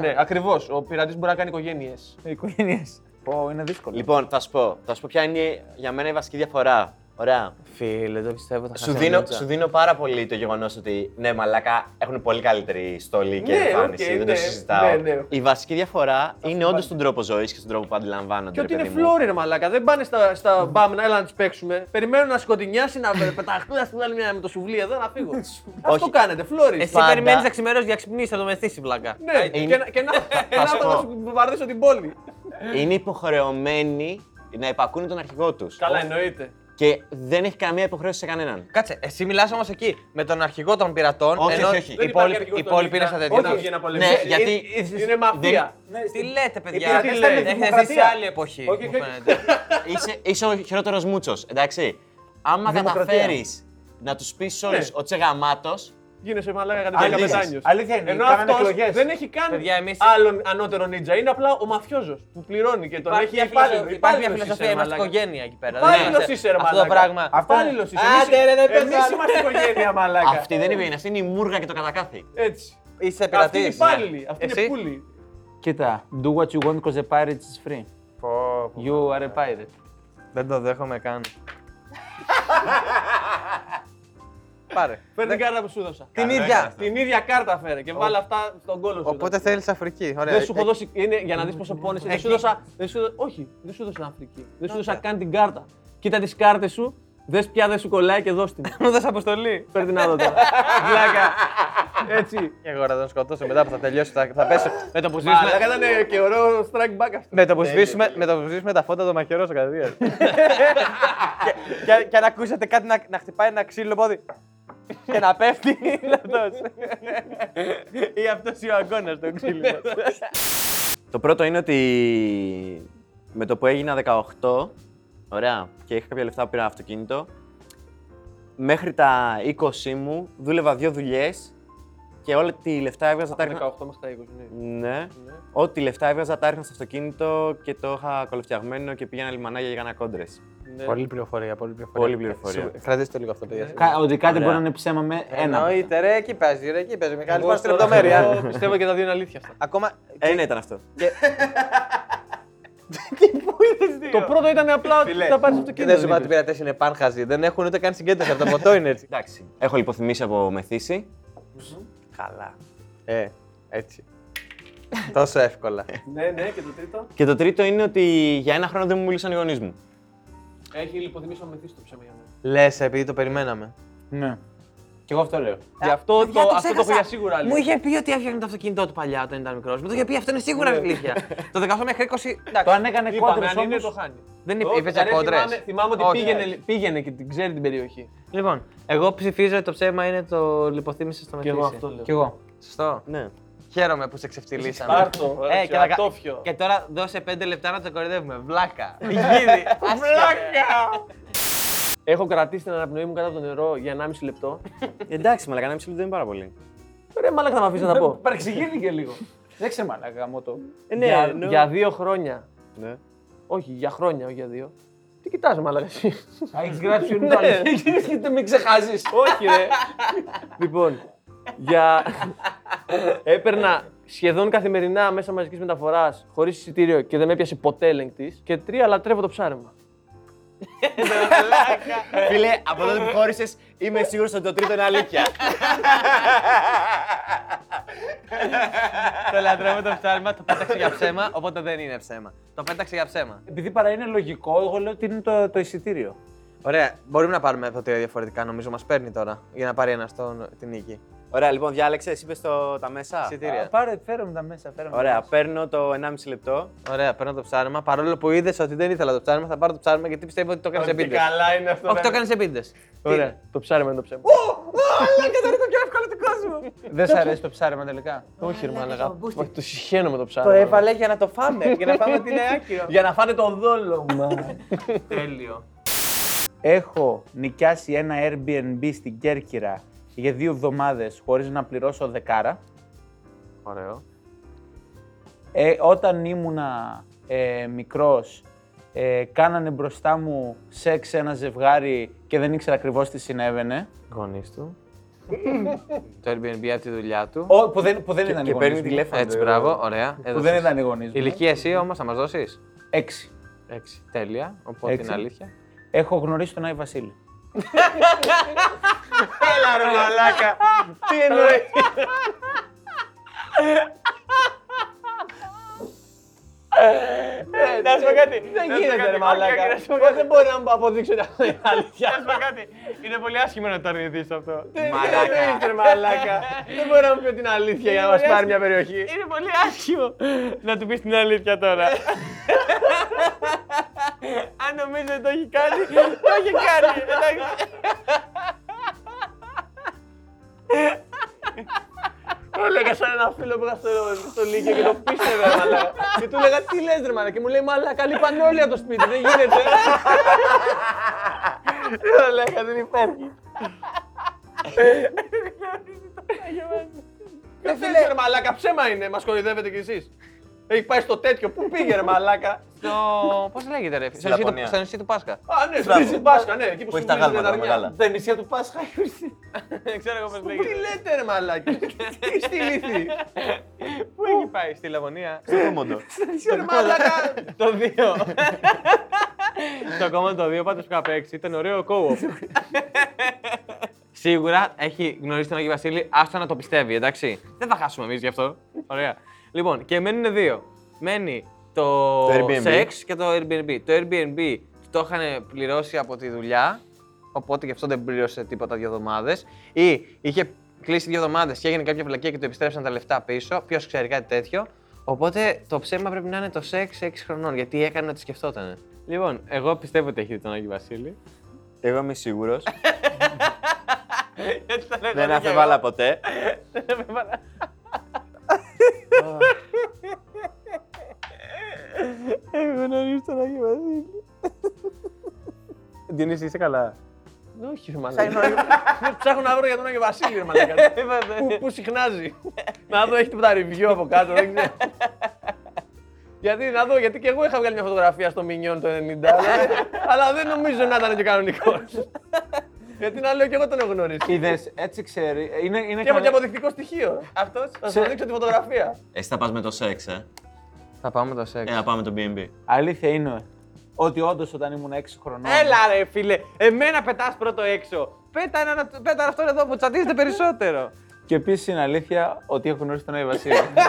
G: Ναι, ακριβώς. Ο πειρατής μπορεί να κάνει οικογένειες.
E: Ε, Οικογένειες. Πω, είναι δύσκολο.
F: Λοιπόν, θα σου πω. Θα σου πω ποια είναι για μένα η βασική διαφορά. Ωραία.
D: Φίλε, το πιστεύω. Θα
F: Σου δίνω, σου δίνω πάρα πολύ το γεγονός ότι ναι, μαλάκα έχουν πολύ καλύτερη στολή και
G: Ναι,
F: εμφάνιση.
G: οκ,
F: δεν
G: ναι,
F: το συζητάω.
G: ναι, ναι.
F: Η βασική διαφορά είναι όντω στον τρόπο ζωής και στον τρόπο που αντιλαμβάνονται.
G: Και ότι
F: ρε
G: είναι
F: παιδί μου.
G: φλόρι, ρε μαλάκα. Δεν πάνε στα, στα μπαμ να έλα να τι παίξουμε. Περιμένουν να σκοτεινιάσει, να πεταχτούν, να στην άλλη μια με το σουβλί εδώ να φύγω. Αυτό
F: Όχι.
G: κάνετε, φλόρι.
D: Εσύ
F: Πάντα.
D: περιμένεις να ξημερώσει για ξυπνήσεις, θα το μεθύσει βλάκα.
G: Ναι,
F: Είναι-
G: και να- και να
F: Θα σου
G: έρθω να
F: πω.
G: σου βομβαρδίσω την πόλη.
F: Είναι υποχρεωμένοι να υπακούνε τον αρχηγό τους.
G: Καλά, εννοείται.
F: Και δεν έχει καμία υποχρέωση σε
G: *laughs*
F: κανέναν.
D: Κάτσε, εσύ μιλάς όμως εκεί με τον αρχηγό των πειρατών.
F: Όχι,
D: ενώ
F: όχι, όχι.
D: οι
F: Δεν
D: υπόλοιποι-
G: αρχηγός
D: Οι
G: των
D: υπόλοιποι είναι
G: Λίμπια.
D: στα
G: Όχι, για
D: τέτοια.
G: να πολεμήσει.
F: Ναι, γιατί.
G: Είναι μαφία.
D: Τι λέτε, παιδιά.
E: πειρατές ήταν
D: Έχετε
E: δημοκρατία.
D: ζήσει σε άλλη εποχή.
E: Όχι,
D: μου
E: όχι, όχι.
D: φαίνεται.
F: Είσαι, είσαι ο χειρότερος μουτσος, εντάξει. Άμα
E: Δημοκρατία.
F: καταφέρεις να τους πεις όλους
G: Ναι.
F: ότι είσαι γαμάτος,
G: Γίνεσαι μαλάκα κατά
E: Αλήθεια.
G: καπετάνιος.
E: Αλήθεια είναι,
G: Ενώ
E: κάνανε
G: αυτός
E: εκλογές.
G: δεν έχει καν
D: Παιδιά, εμείς-
G: άλλον ανώτερο νίτζα. Είναι απλά ο μαφιόζος που πληρώνει και τον
D: Υπάρχει
G: έχει
D: μια φιλοσοφία-
G: υπάλληλος.
D: Υπάρχει μια
G: Υπάλληλος
D: φιλοσοφία,
G: είσαι,
D: είμαστε
G: μαλάκα.
D: οικογένεια εκεί πέρα. δεν
G: Υπάλληλος
D: είμαστε-
G: είσαι, ρε
D: Αυτό το
G: μαλάκα.
D: πράγμα.
E: Αυτό-
G: Υπάλληλος είσαι.
D: Άντε, ρε, δεν
G: Εμεί
D: πεθάνω.
G: είμαστε οικογένεια, μαλάκα.
F: αυτή δεν είναι. Αυτή είναι η μούργα και το κατακάθι.
G: Έτσι.
D: Είσαι
G: Αυτή
D: πειρατής.
G: είναι υπάλληλη. Αυτή είναι
D: Εσύ?
G: πουλή.
E: Κοίτα, do what you want because the pirate is free. You are a pirate.
G: *laughs*
D: Δεν το δέχομαι καν.
G: Πάρε. Φέρε
D: Ναι.
G: την κάρτα που σου δώσα. Την ίδια. Την ίδια κάρτα φέρε και βάλε αυτά στον κόλο σου.
D: Οπότε θέλεις Αφρική. Ωραία.
G: Δεν σου έχω δώσει. Είναι για να δεις πόσο πόνεσαι.
D: Ε,
G: Δεν σου δώσα. Δεν σου, δώ- όχι, δεν σου δώσα Αφρική. Δεν σου
D: ναι.
G: δώσα καν την κάρτα. Κοίτα τις κάρτες σου. Δες πια δεν σου κολλάει και δώσ' την.
D: Μου δώσες αποστολή.
G: Φέρ την άλλο τώρα. Βλάκα. Έτσι.
D: Και εγώ να τον σκοτώσω μετά που θα τελειώσει. Θα, θα πέσω. με το που σβήσουμε-
G: Αλλά ήταν και ωραίο strike back αυτό.
D: με το που σβήσουμε- με το που σβήσουμε τα φώτα, το μαχαιρό σου
G: *laughs*
D: κατευθείαν. και, και, και αν ακούσατε κάτι να, να χτυπάει ένα ξύλο πόδι. και να πέφτει. *laughs* να δώσει. Ή αυτός ή ο αγώνας το ξύλο.
F: Το πρώτο είναι ότι με το που έγινα 18, ωραία, και είχα κάποια λεφτά που πήρα ένα αυτοκίνητο, μέχρι τα 20 μου δούλευα δύο δουλειές και όλα τη λεφτά έβγαζα τα έριχνα.
G: 18 μέχρι τα 20. ναι.
F: Ναι. Ό,τι λεφτά έβγαζα τα έριχνα στο αυτοκίνητο και το είχα κολοφτιαγμένο και πήγαινα λιμανάκια για κάνα κόντρες.
D: Ναι. Πολύ πληροφορία, πολύ πληροφορία.
F: Πολύ πληροφορία.
D: Κρατήστε το λίγο αυτό, παιδιά.
E: Κα- Ότι κάτι
F: Ωραία.
E: μπορεί να είναι ψέμα με ένα.
D: Εννοείται, ρε, εκεί παίζει, ρε, εκεί παίζει. Μιχάλης,
G: Εγώ
D: πάνω στη
G: στο-
D: λεπτομέρεια.
G: εγώ Πιστεύω και τα δύο είναι αλήθεια αυτά.
D: Ακόμα.
F: Ένα ήταν αυτό.
G: Το πρώτο ήταν απλά ότι θα πάρεις αυτό
D: Και
G: το
D: δεν σου είπα ότι οι πειρατέ είναι πάνχαζοι. Δεν έχουν ούτε καν συγκέντρωση από το ποτό είναι έτσι.
F: Εντάξει. Έχω λιποθυμήσει από μεθύση. Καλά.
D: Ε, έτσι. Τόσο εύκολα.
G: Ναι, ναι, και το τρίτο.
F: Και το τρίτο είναι ότι για ένα χρόνο δεν μου μίλησαν οι γονείς μου.
G: Έχει λιποθυμίσει ο μεθύς το ψέμα για μένα.
D: Λες, επειδή το περιμέναμε.
E: Ναι.
A: Κι εγώ αυτό λέω.
G: Γι' αυτό το, αυτό το έχω για σίγουρα.
D: Μου είχε πει ότι έφτιαχνε το αυτοκίνητό του παλιά όταν ήταν μικρός. Μου το είχε πει αυτό είναι σίγουρα
G: Ναι. *laughs*
D: αλήθεια. το 18 μέχρι 20.
E: Το
D: Εντάξει.
E: αν έκανε
G: Είπαμε,
E: κόντρες
G: αν είναι το χάνει.
D: Δεν
G: Όχι,
D: είπε
G: ρε,
D: κόντρες.
G: θυμάμαι- Θυμάμαι ότι πήγαινε, πήγαινε και την ξέρει την περιοχή.
D: Λοιπόν, εγώ ψηφίζω ότι το ψέμα είναι το λιποθύμησε στο μεθύσι.
G: εγώ αυτό λέω.
D: Κι εγώ. Σωστό.
F: Ναι.
D: Χαίρομαι που σε ξεφτυλίσαμε.
G: Πάρτο,
D: Ε, και, να... κα-
G: ατόφιο.
D: και τώρα δώσε 5 λεπτά να το κορυδεύουμε. Βλάκα. Γίδι.
G: *laughs*
D: Βλάκα.
G: Έχω κρατήσει την αναπνοή μου κάτω από το νερό για 1,5 λεπτό.
F: Εντάξει, μαλακά, ένα μισή λεπτό είναι πάρα πολύ.
G: Ρε, μάλλον θα με αφήσεις να τα
E: *laughs*
G: πω.
E: Παρεξηγήθηκε λίγο. Δεν ξέρω, μαλάκα, γαμώ το.
F: Ε, ναι,
G: για,
F: εννοώ.
G: για δύο χρόνια.
F: Ναι.
G: Όχι, για χρόνια, όχι για δύο. Τι κοιτάζω, μάλλον εσύ.
E: Έχεις γράψει
G: Ναι.
E: ουρνιτό.
G: και δεν με ξεχάζει. Όχι, ρε. λοιπόν, για... έπαιρνα σχεδόν καθημερινά μέσα μαζικής μεταφοράς χωρίς εισιτήριο και δεν με έπιασε ποτέ ελεγκτής. Και τρία, λατρεύω το ψάρεμα.
F: Φίλε, από τότε που χώρισες, είμαι σίγουρος ότι το τρίτο είναι αλήθεια.
D: το λατρεύω το ψάρεμα, το πέταξε για ψέμα, οπότε δεν είναι ψέμα. Το πέταξε για ψέμα.
E: Επειδή παρά είναι λογικό, εγώ λέω ότι είναι το, το εισιτήριο.
D: Ωραία, μπορούμε να πάρουμε εδώ τρία διαφορετικά, νομίζω μας παίρνει τώρα για να πάρει ένας στον την νίκη.
F: Ωραία, λοιπόν, διάλεξε, είπες το... τα μέσα.
D: Εισιτήρια.
E: Α, Πάρε, φέρε μου τα μέσα. Φέρε μου τα
F: Ωραία,
E: μέσα.
F: παίρνω το 1,5 λεπτό.
D: Ωραία, παίρνω το ψάρεμα. Παρόλο που είδες ότι δεν ήθελα το ψάρεμα, θα πάρω το ψάρεμα γιατί πιστεύω ότι το έκανες επίτηδες.
G: Καλά είναι αυτό.
D: Όχι, το έκανες επίτηδες.
G: Ωραία, το ψάρεμα είναι το ψέμα.
E: Δεν σ' αρέσει το ψάρεμα τελικά.
G: Όχι, ρε Μαλάκα. Όχι, Το συχαίνω με το ψάρεμα.
D: για να το φάμε, για να φάμε την άκυρο.
G: Για να φάνε το δόλο μου.
D: Τέλειο.
E: Έχω νοικιάσει ένα Airbnb στην Κέρκυρα για δύο εβδομάδες χωρίς να πληρώσω δεκάρα.
D: Ωραίο.
E: Ε, όταν ήμουνα ε, μικρός, ε, κάνανε μπροστά μου σεξ ένα ζευγάρι και δεν ήξερα ακριβώς τι συνέβαινε.
D: Γονείς *laughs* του. το Airbnb από τη δουλειά του.
E: Ο, που δεν, που δεν ήταν οι
F: Και
E: γονείς
F: παίρνει
E: μου.
F: τηλέφωνο.
D: Έτσι, μπράβο, ωραία.
E: Που
D: έδωσες.
E: δεν ήταν οι γονείς μου.
D: Ηλικία εσύ όμως θα μας δώσεις.
E: Έξι.
D: Έξι. Τέλεια. Οπότε
E: Έξι.
D: είναι αλήθεια.
E: Έχω γνωρίσει τον Άι Βασίλη.
G: Να σου πω κάτι. Δεν γίνεται, ρε Μαλάκα. Δεν μπορώ να μου αποδείξω *laughs* ότι αυτό είναι αλήθεια. Να σου πω κάτι. Είναι πολύ άσχημο να το αρνηθείς αυτό.
D: Μαλάκα.
G: Δεν είναι, ρε Μαλάκα. Δεν μπορεί να μου πει ότι είναι αλήθεια για να μας πάρει μια περιοχή. Είναι πολύ άσχημο να του πεις την αλήθεια τώρα. Αν νομίζει ότι το έχει κάνει, το έχει κάνει. εντάξει. Το έλεγα σαν ένα φίλο που είχα στο, στο Λύκειο και το πίστευε, μαλάκα. Και του έλεγα τι λες ρε μαλάκα. Και μου λέει μαλάκα, λείπαν όλοι από το σπίτι, δεν γίνεται. Μαλάκα, δεν υπάρχει. Δεν φίλε. Ρε μαλάκα, ψέμα είναι, μας κοροϊδεύετε κι εσείς. Έχει πάει στο τέτοιο, πού πήγε ρε μαλάκα.
D: Το. Πώς λέγεται, ρε. Στο νησί του-
F: Λαπωνία.
D: στο νησί του *laughs* Πάσχα.
G: Α, ναι, στην Νησί Πάσχα, ναι, εκεί που
F: Που έχει τα
G: συμβρίζει την
F: γάλματα τα
G: αρνιά.
F: μεγάλα.
G: Τα νησιά του Πάσχα, ήρθε.
D: Ξέρω εγώ πώς
G: Τι λέτε ρε μαλάκα, τι στη λύθη.
D: Πού έχει πάει, στη *laughs* Λαβωνία.
G: Ρε μαλάκα,
D: *laughs* Το 2. το κόμμα το 2 πάντω που είχα παίξει ήταν ωραίο co-op. Σίγουρα έχει γνωρίσει τον Άγιο Βασίλη, άστο να το πιστεύει, εντάξει. Δεν θα χάσουμε εμείς γι' αυτό. Ωραία. Λοιπόν, και μένουν δύο. Μένει το,
F: Airbnb.
D: σεξ και το Airbnb. Το Airbnb το είχαν πληρώσει από τη δουλειά, οπότε γι' αυτό δεν πλήρωσε τίποτα δύο εβδομάδες. Ή είχε κλείσει δύο εβδομάδες και έγινε κάποια φυλακία και του επιστρέψαν τα λεφτά πίσω. Ποιος ξέρει κάτι τέτοιο. Οπότε το ψέμα πρέπει να είναι το σεξ 6 χρονών, γιατί έκανε ότι σκεφτόταν. Λοιπόν, εγώ πιστεύω ότι έχει δει τον Άγιο Βασίλη.
F: Εγώ είμαι σίγουρος.
D: Γιατί τον έχω
F: Δεν
D: δει κι εγώ.
F: αφεβάλα ποτέ.
G: Διονύση, είσαι καλά. Όχι, ρε μαλάκα.
C: Ψάχνω να βρω για τον Άγιο Βασίλη, ρε μαλάκα. Πού- Πού συχνάζει.
G: να δω, έχει τίποτα review από κάτω, δεν ξέρω. γιατί, να δω, γιατί και εγώ είχα βγάλει μια φωτογραφία στο Μινιόν το 90, αλλά, αλλά δεν νομίζω να ήταν και κανονικός. γιατί να λέω και εγώ τον έχω γνωρίσει.
E: Είδες, έτσι ξέρει. ε, Είναι, είναι
G: και έχω και
E: καλέ-
G: αποδεικτικό στοιχείο. Αυτός θα σου δείξω τη φωτογραφία.
F: Εσύ θα πας με το σεξ, ε.
D: Θα πάμε το σεξ.
F: Ε, να πάμε το BNB.
E: Αλήθεια είναι ότι όντως όταν ήμουν 6 χρονών.
D: Έλα ρε φίλε, εμένα πετάς πρώτο έξω. Πέτα, ένα, πέτα αυτόν εδώ που τσαντίζεται περισσότερο.
E: Και επίσης είναι αλήθεια ότι έχω γνωρίσει τον Άι Βασίλη.
G: ναι, ναι,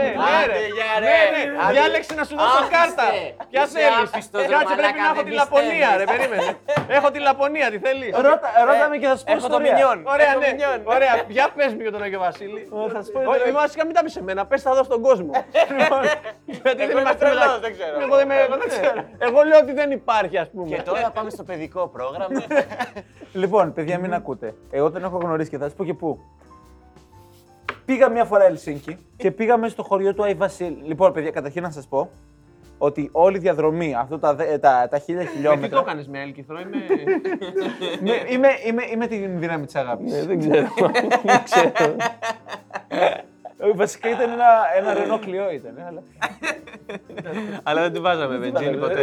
G: ρε. Ναι, ναι. Διάλεξε να σου δώσω κάρτα. Ποια θέλει. Κάτσε, πρέπει να έχω τη Λαπωνία, ρε, περίμενε. Έχω τη Λαπωνία, τη θέλει.
E: Ρώτα, ρώτα με και θα σου πω.
G: Έχω το
E: ιστορία.
G: μηνιόν. Ωραία, ναι. Ωραία, για πες μου για τον Άγιο Βασίλη.
E: Ε, Θα σου πω.
G: Όχι, βασικά μην τα πεις σε μένα, πες τα δω στον κόσμο. *laughs* Λοιπόν, Γιατί δεν Ναι. είμαστε μεταξύ.
F: δεν ξέρω.
G: Εγώ δεν με- εγώ δεν ξέρω. Εγώ λέω ότι δεν υπάρχει, ας πούμε.
F: Και τώρα πάμε στο παιδικό πρόγραμμα.
E: Λοιπόν, παιδιά, μην ακούτε. Εγώ τον έχω γνωρίσει και θα σα πω και πού. Πήγα μια φορά Ελσίνκι και πήγαμε στο χωριό του Άι Βασίλη. Λοιπόν, παιδιά, καταρχήν να σας πω ότι όλη η διαδρομή, αυτά τα, δε- ε, τα, τα χίλια
G: Τι το
E: χιλιόμετρα.
G: έκανες με έλκυθρο,
E: *laughs*
G: είμαι.
E: είμαι, είμαι, είμαι, είμαι την δύναμη της αγάπης.
A: Ε, Δεν
E: *laughs*
A: ξέρω. *laughs*
E: Ε, Βασικά ήταν ένα, ένα ρενό κλειό ήταν. ε, Αλλά...
D: Αλλά δεν τη βάζαμε
E: Ναι,
D: βενζίνη ποτέ.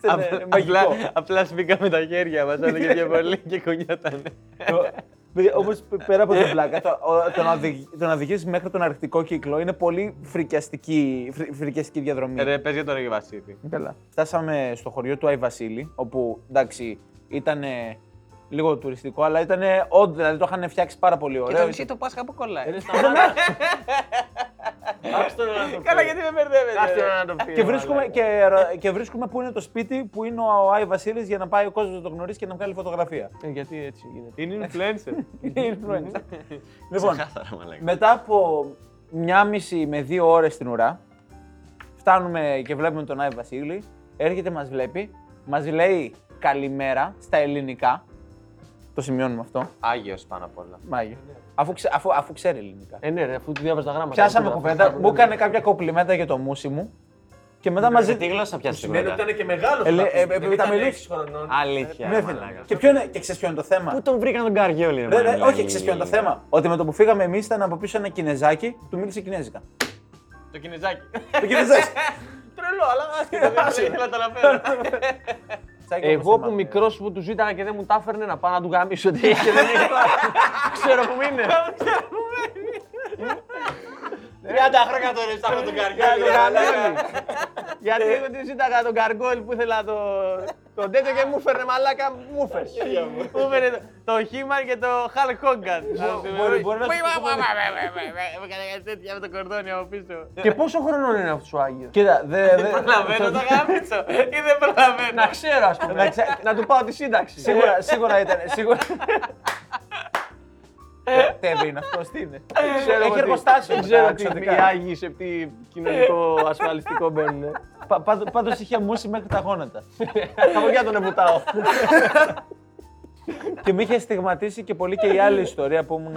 E: Ήταν, ε,
D: Απλά,
E: μαγικό.
D: απλά σφίγγαμε τα χέρια μας,
F: *laughs*
D: άνοιγε πιο πολύ και κουνιόταν.
E: Όμω πέρα
D: Ε.
E: από την πλάκα, το, ο- το να οδηγ- το να οδηγήσεις μέχρι τον αρκτικό κύκλο είναι πολύ φρικιαστική, φρι- φρικιαστική διαδρομή.
D: Ε, Ρε, πες για τον Άγιο Βασίλη.
E: Καλά. Φτάσαμε στο χωριό του Άι Βασίλη, όπου εντάξει ήταν λίγο τουριστικό, αλλά ήταν όντως, δηλαδή το είχαν φτιάξει πάρα πολύ ωραίο.
D: το Πάσχα που κολλάει.
G: Ε, Καλά, γιατί με μπερδεύετε. Κάτσε να το πει.
E: Και βρίσκουμε, και, ρω- και βρίσκουμε πού είναι το σπίτι που είναι ο Άι Βασίλης για να πάει ο κόσμος να το γνωρίσει και να βγάλει φωτογραφία.
G: Ε, Γιατί έτσι γίνεται.
D: Είναι influencer.
E: Είναι influencer. λοιπόν,
F: Κάθαρα, μαλάκα.
E: μετά από μια μισή με δύο ώρες στην ουρά, φτάνουμε και βλέπουμε τον Άι Βασίλη. Έρχεται, μας βλέπει, μας λέει καλημέρα στα ελληνικά. Το σημειώνουμε αυτό.
D: Άγιος πάνω απ' όλα.
E: Μάγιο. Αφού, ξε- αφού, αφού ξέρει ελληνικά.
G: Ε, ναι, ρε, αφού διάβαζα τα γράμματα.
E: Πιάσαμε κουβέντα, μου έκανε κάποια κοπλιμέντα για το μουσι μου και μετά μαζί.
F: Τι γλώσσα πιάσες
G: Σημαίνει ότι
F: μετά.
G: ήταν και μεγάλος.
E: Ε, ε, ε, ε, τα μιλούσε.
G: χρονών.
F: Αλήθεια.
E: Ναι,
F: μαλάκα.
E: φίλε. Και ποιο είναι, και ξέρεις ποιο είναι το θέμα.
F: Πού τον βρήκαν τον Καριόλη, ρε.
D: ναι,
E: Ρε, ρε,
F: μαλάκα.
E: όχι, ξέρεις ποιο είναι το θέμα. Ότι με το που φύγαμε εμείς ήταν από πίσω ένα Κινεζάκι, του μίλησε Κινέζικα.
D: Το κινεζάκι.
E: Το Κινεζάκι.
G: Τρελό, αλλά άσχετο. Δεν ήθελα να τα αναφέρω.
E: Τσάκι, όπως
G: Εγώ
E: θυμάμαι.
G: που μικρός που του ζήταγα και δεν μου τα έφερνε να πάω να του γαμίσω τι είχε, δεν είχε.
E: *laughs*
G: Ξέρω που είναι.
F: 30 χρόνια τώρα ψάχνω τον Καριόλη.
G: Καργόλι. Γιατί εγώ τη ζήταγα τον καργκόλ που ήθελα το. Το τέτοιο και μου έφερνε μαλάκα μου έφερε. Μου έφερε το- το Χίμαν και το Χαλ Χόγκαν.
E: Μπορεί- μπορεί να σου πω κάτι.
D: Τέτοια με το κορδόνι από *laughs* πίσω.
G: Και πόσο χρονών είναι αυτός ο Άγιος.
E: Κοίτα, δε, δε,
D: Προλαβαίνω το γαμίτσο. Ή δεν προλαβαίνω.
G: Να ξέρω, ας πούμε. Να του πάω τη σύνταξη.
E: σίγουρα, σίγουρα ήταν. Σίγουρα.
G: Ε,
E: Τέβι είναι αυτό, τι είναι. Έχει
G: ότι-
E: εργοστάσιο.
G: Δεν ξέρω
E: μετά,
G: τι
E: εξωτικά.
G: οι Άγιοι σε τι κοινωνικό ασφαλιστικό μπαίνουν.
E: Πα- πάντως- Πάντως είχε μουσι μέχρι τα γόνατα.
G: Από για τον εμπουτάω.
E: και με είχε στιγματίσει και πολύ και η άλλη ιστορία που ήμουν,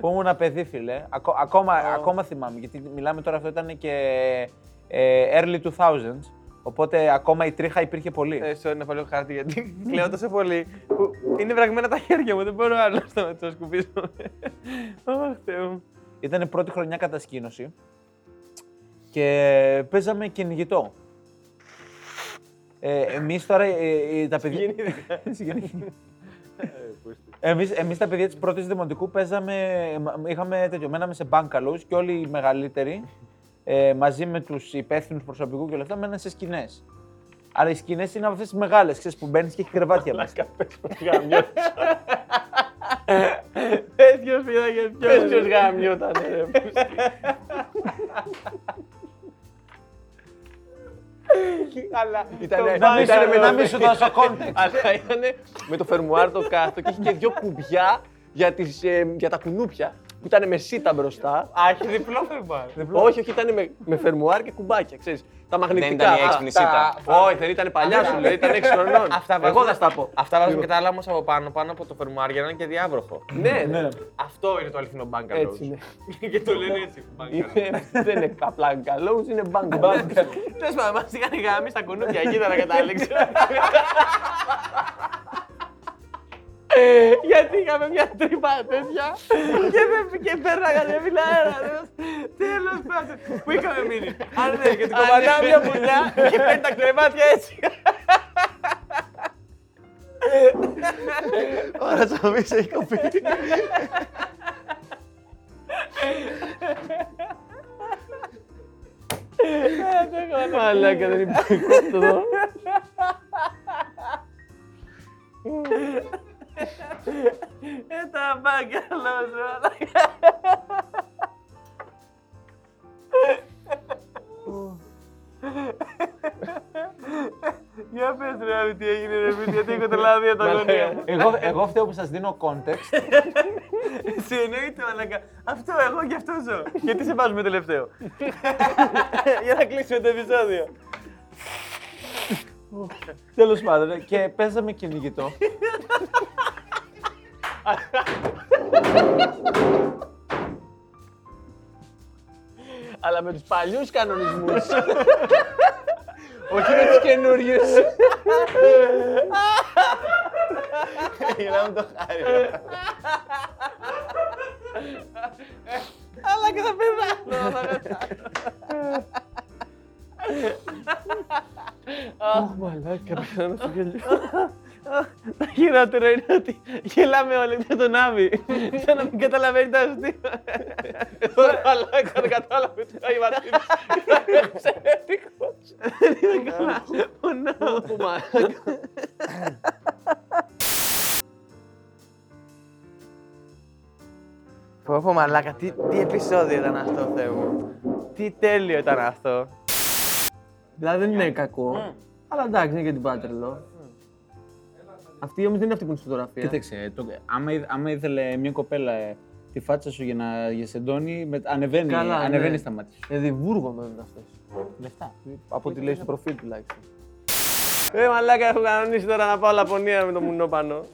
E: που ήμουνα παιδί, φίλε. Ακο- ακόμα, ακόμα θυμάμαι, γιατί μιλάμε τώρα, αυτό ήταν και ε, early 2000s. Οπότε ακόμα η τρίχα υπήρχε πολύ.
D: Ε, sorry να βάλω χάρτη γιατί *laughs* κλαίω τόσο πολύ. που Είναι βραγμένα τα χέρια μου, δεν μπορώ άλλο να το σκουπίσω. *laughs* Αχ, Θεέ μου.
E: Ήταν πρώτη χρονιά κατασκήνωση και παίζαμε κυνηγητό. Ε, εμείς τώρα ε, ε, τα παιδιά... Συγγενή. εμείς, εμείς τα παιδιά της πρώτης δημοτικού παίζαμε, ε, μα- είχαμε τέτοιο, μέναμε σε μπάνκαλους και όλοι οι μεγαλύτεροι ε, μαζί με τους υπεύθυνους προσωπικού και όλα αυτά μέναν σε σκηνές. Άρα οι σκηνές είναι από αυτές τις μεγάλες, ξέρεις, που μπαίνεις και έχει κρεβάτια μέσα. Πες ποιος γαμιόταν. Αλλά
G: ήταν με-
E: να μην σου δώσω κόντεξ.
G: Αλλά ήταν με το φερμουάρ το κάτω και είχε και δύο κουμπιά για, τις, ε, για τα κουνούπια. Που ήταν με σίτα μπροστά.
E: Α, έχει διπλό φερμάρ.
G: όχι, όχι, ήταν με, με φερμουάρ και κουμπάκια, ξέρεις. Τα μαγνητικά.
F: ήταν η έξυπνη
G: Α, τα- Όχι, δεν ήταν παλιά σου, λέει, ήταν 6
F: *laughs*
G: χρονών.
D: Αυτά
G: Εγώ
D: βάζουν-
G: θα στα πω.
D: Αυτά βάζουν και τα άλλα όμως από πάνω, πάνω από το φερμουάρ για να είναι και διάβροχο.
G: Ναι, ναι.
D: Αυτό είναι το αληθινό μπάνκα
G: Έτσι είναι. *laughs*
D: Και το λένε έτσι.
G: Είναι- δεν είναι απλά καλό,
F: *laughs*
G: είναι μπάνκα.
D: Τέλος πάντων, μας είχαν γάμι στα κουνούπια εκεί να καταλήξω.
G: Γιατί είχαμε μια τρύπα τέτοια και, δεν, και παίρναγανε μην αέρας. Τέλος πάντων.
D: Πού είχαμε μείνει. Αν ναι, και την
G: κομμαντάω
D: κομμαντάμε
G: μια
D: μια πουλιά και παίρνει τα κρεμάτια έτσι.
F: Ωραία, θα μην σε κοπεί.
G: Μαλάκα, δεν υπάρχει αυτό εδώ.
D: Ε, τα μπάγκα, λέω Για πες ρε Άρη, τι έγινε ρε φίλε, γιατί έχω τρελαθεί από τα γωνία.
E: Εγώ, εγώ φταίω που σας δίνω κόντεξ.
D: Εσύ εννοείται, μαλακά. Αυτό εγώ και αυτό ζω. Γιατί σε
G: *laughs*
D: βάζουμε τελευταίο. Για να κλείσουμε το επεισόδιο.
E: Τέλος πάντων, και παίζαμε κυνηγητό.
G: Αλλά με τους παλιούς κανονισμούς.
F: Γυρνάμε το χάρι.
G: Τα χειρότερα είναι ότι γελάμε όλοι για τον Άβη. Σαν να μην καταλαβαίνει τα αστεία. Τώρα μαλάκα δεν κατάλαβε τι θα είμαστε. Ήταν εξαιρετικός. Δεν είναι καλά. Πονάω. Μαλάκα.
D: Πω πω μαλάκα, τι, τι επεισόδιο ήταν αυτό, Θεέ μου. Τι τέλειο ήταν αυτό.
G: Δηλαδή δεν είναι κακό. Αλλά εντάξει, είναι και την Πάτρελο. Αυτή όμως δεν είναι αυτή που είναι στη φωτογραφία.
E: Κοίταξε, το, άμα, είδ- άμα ήθελε μια κοπέλα ε, τη φάτσα σου για να για σε εντώνει, με, ανεβαίνει,
G: Καλά, ναι.
E: ανεβαίνει στα μάτια σου.
G: Εδιμβούργο μένουν αυτέ.
E: Λεφτά.
G: Από ό,τι λέει στο προφίλ τουλάχιστον. Ε, Ρε μαλάκα, έχω κανονίσει τώρα να πάω Λαπωνία με το μουνό πάνω.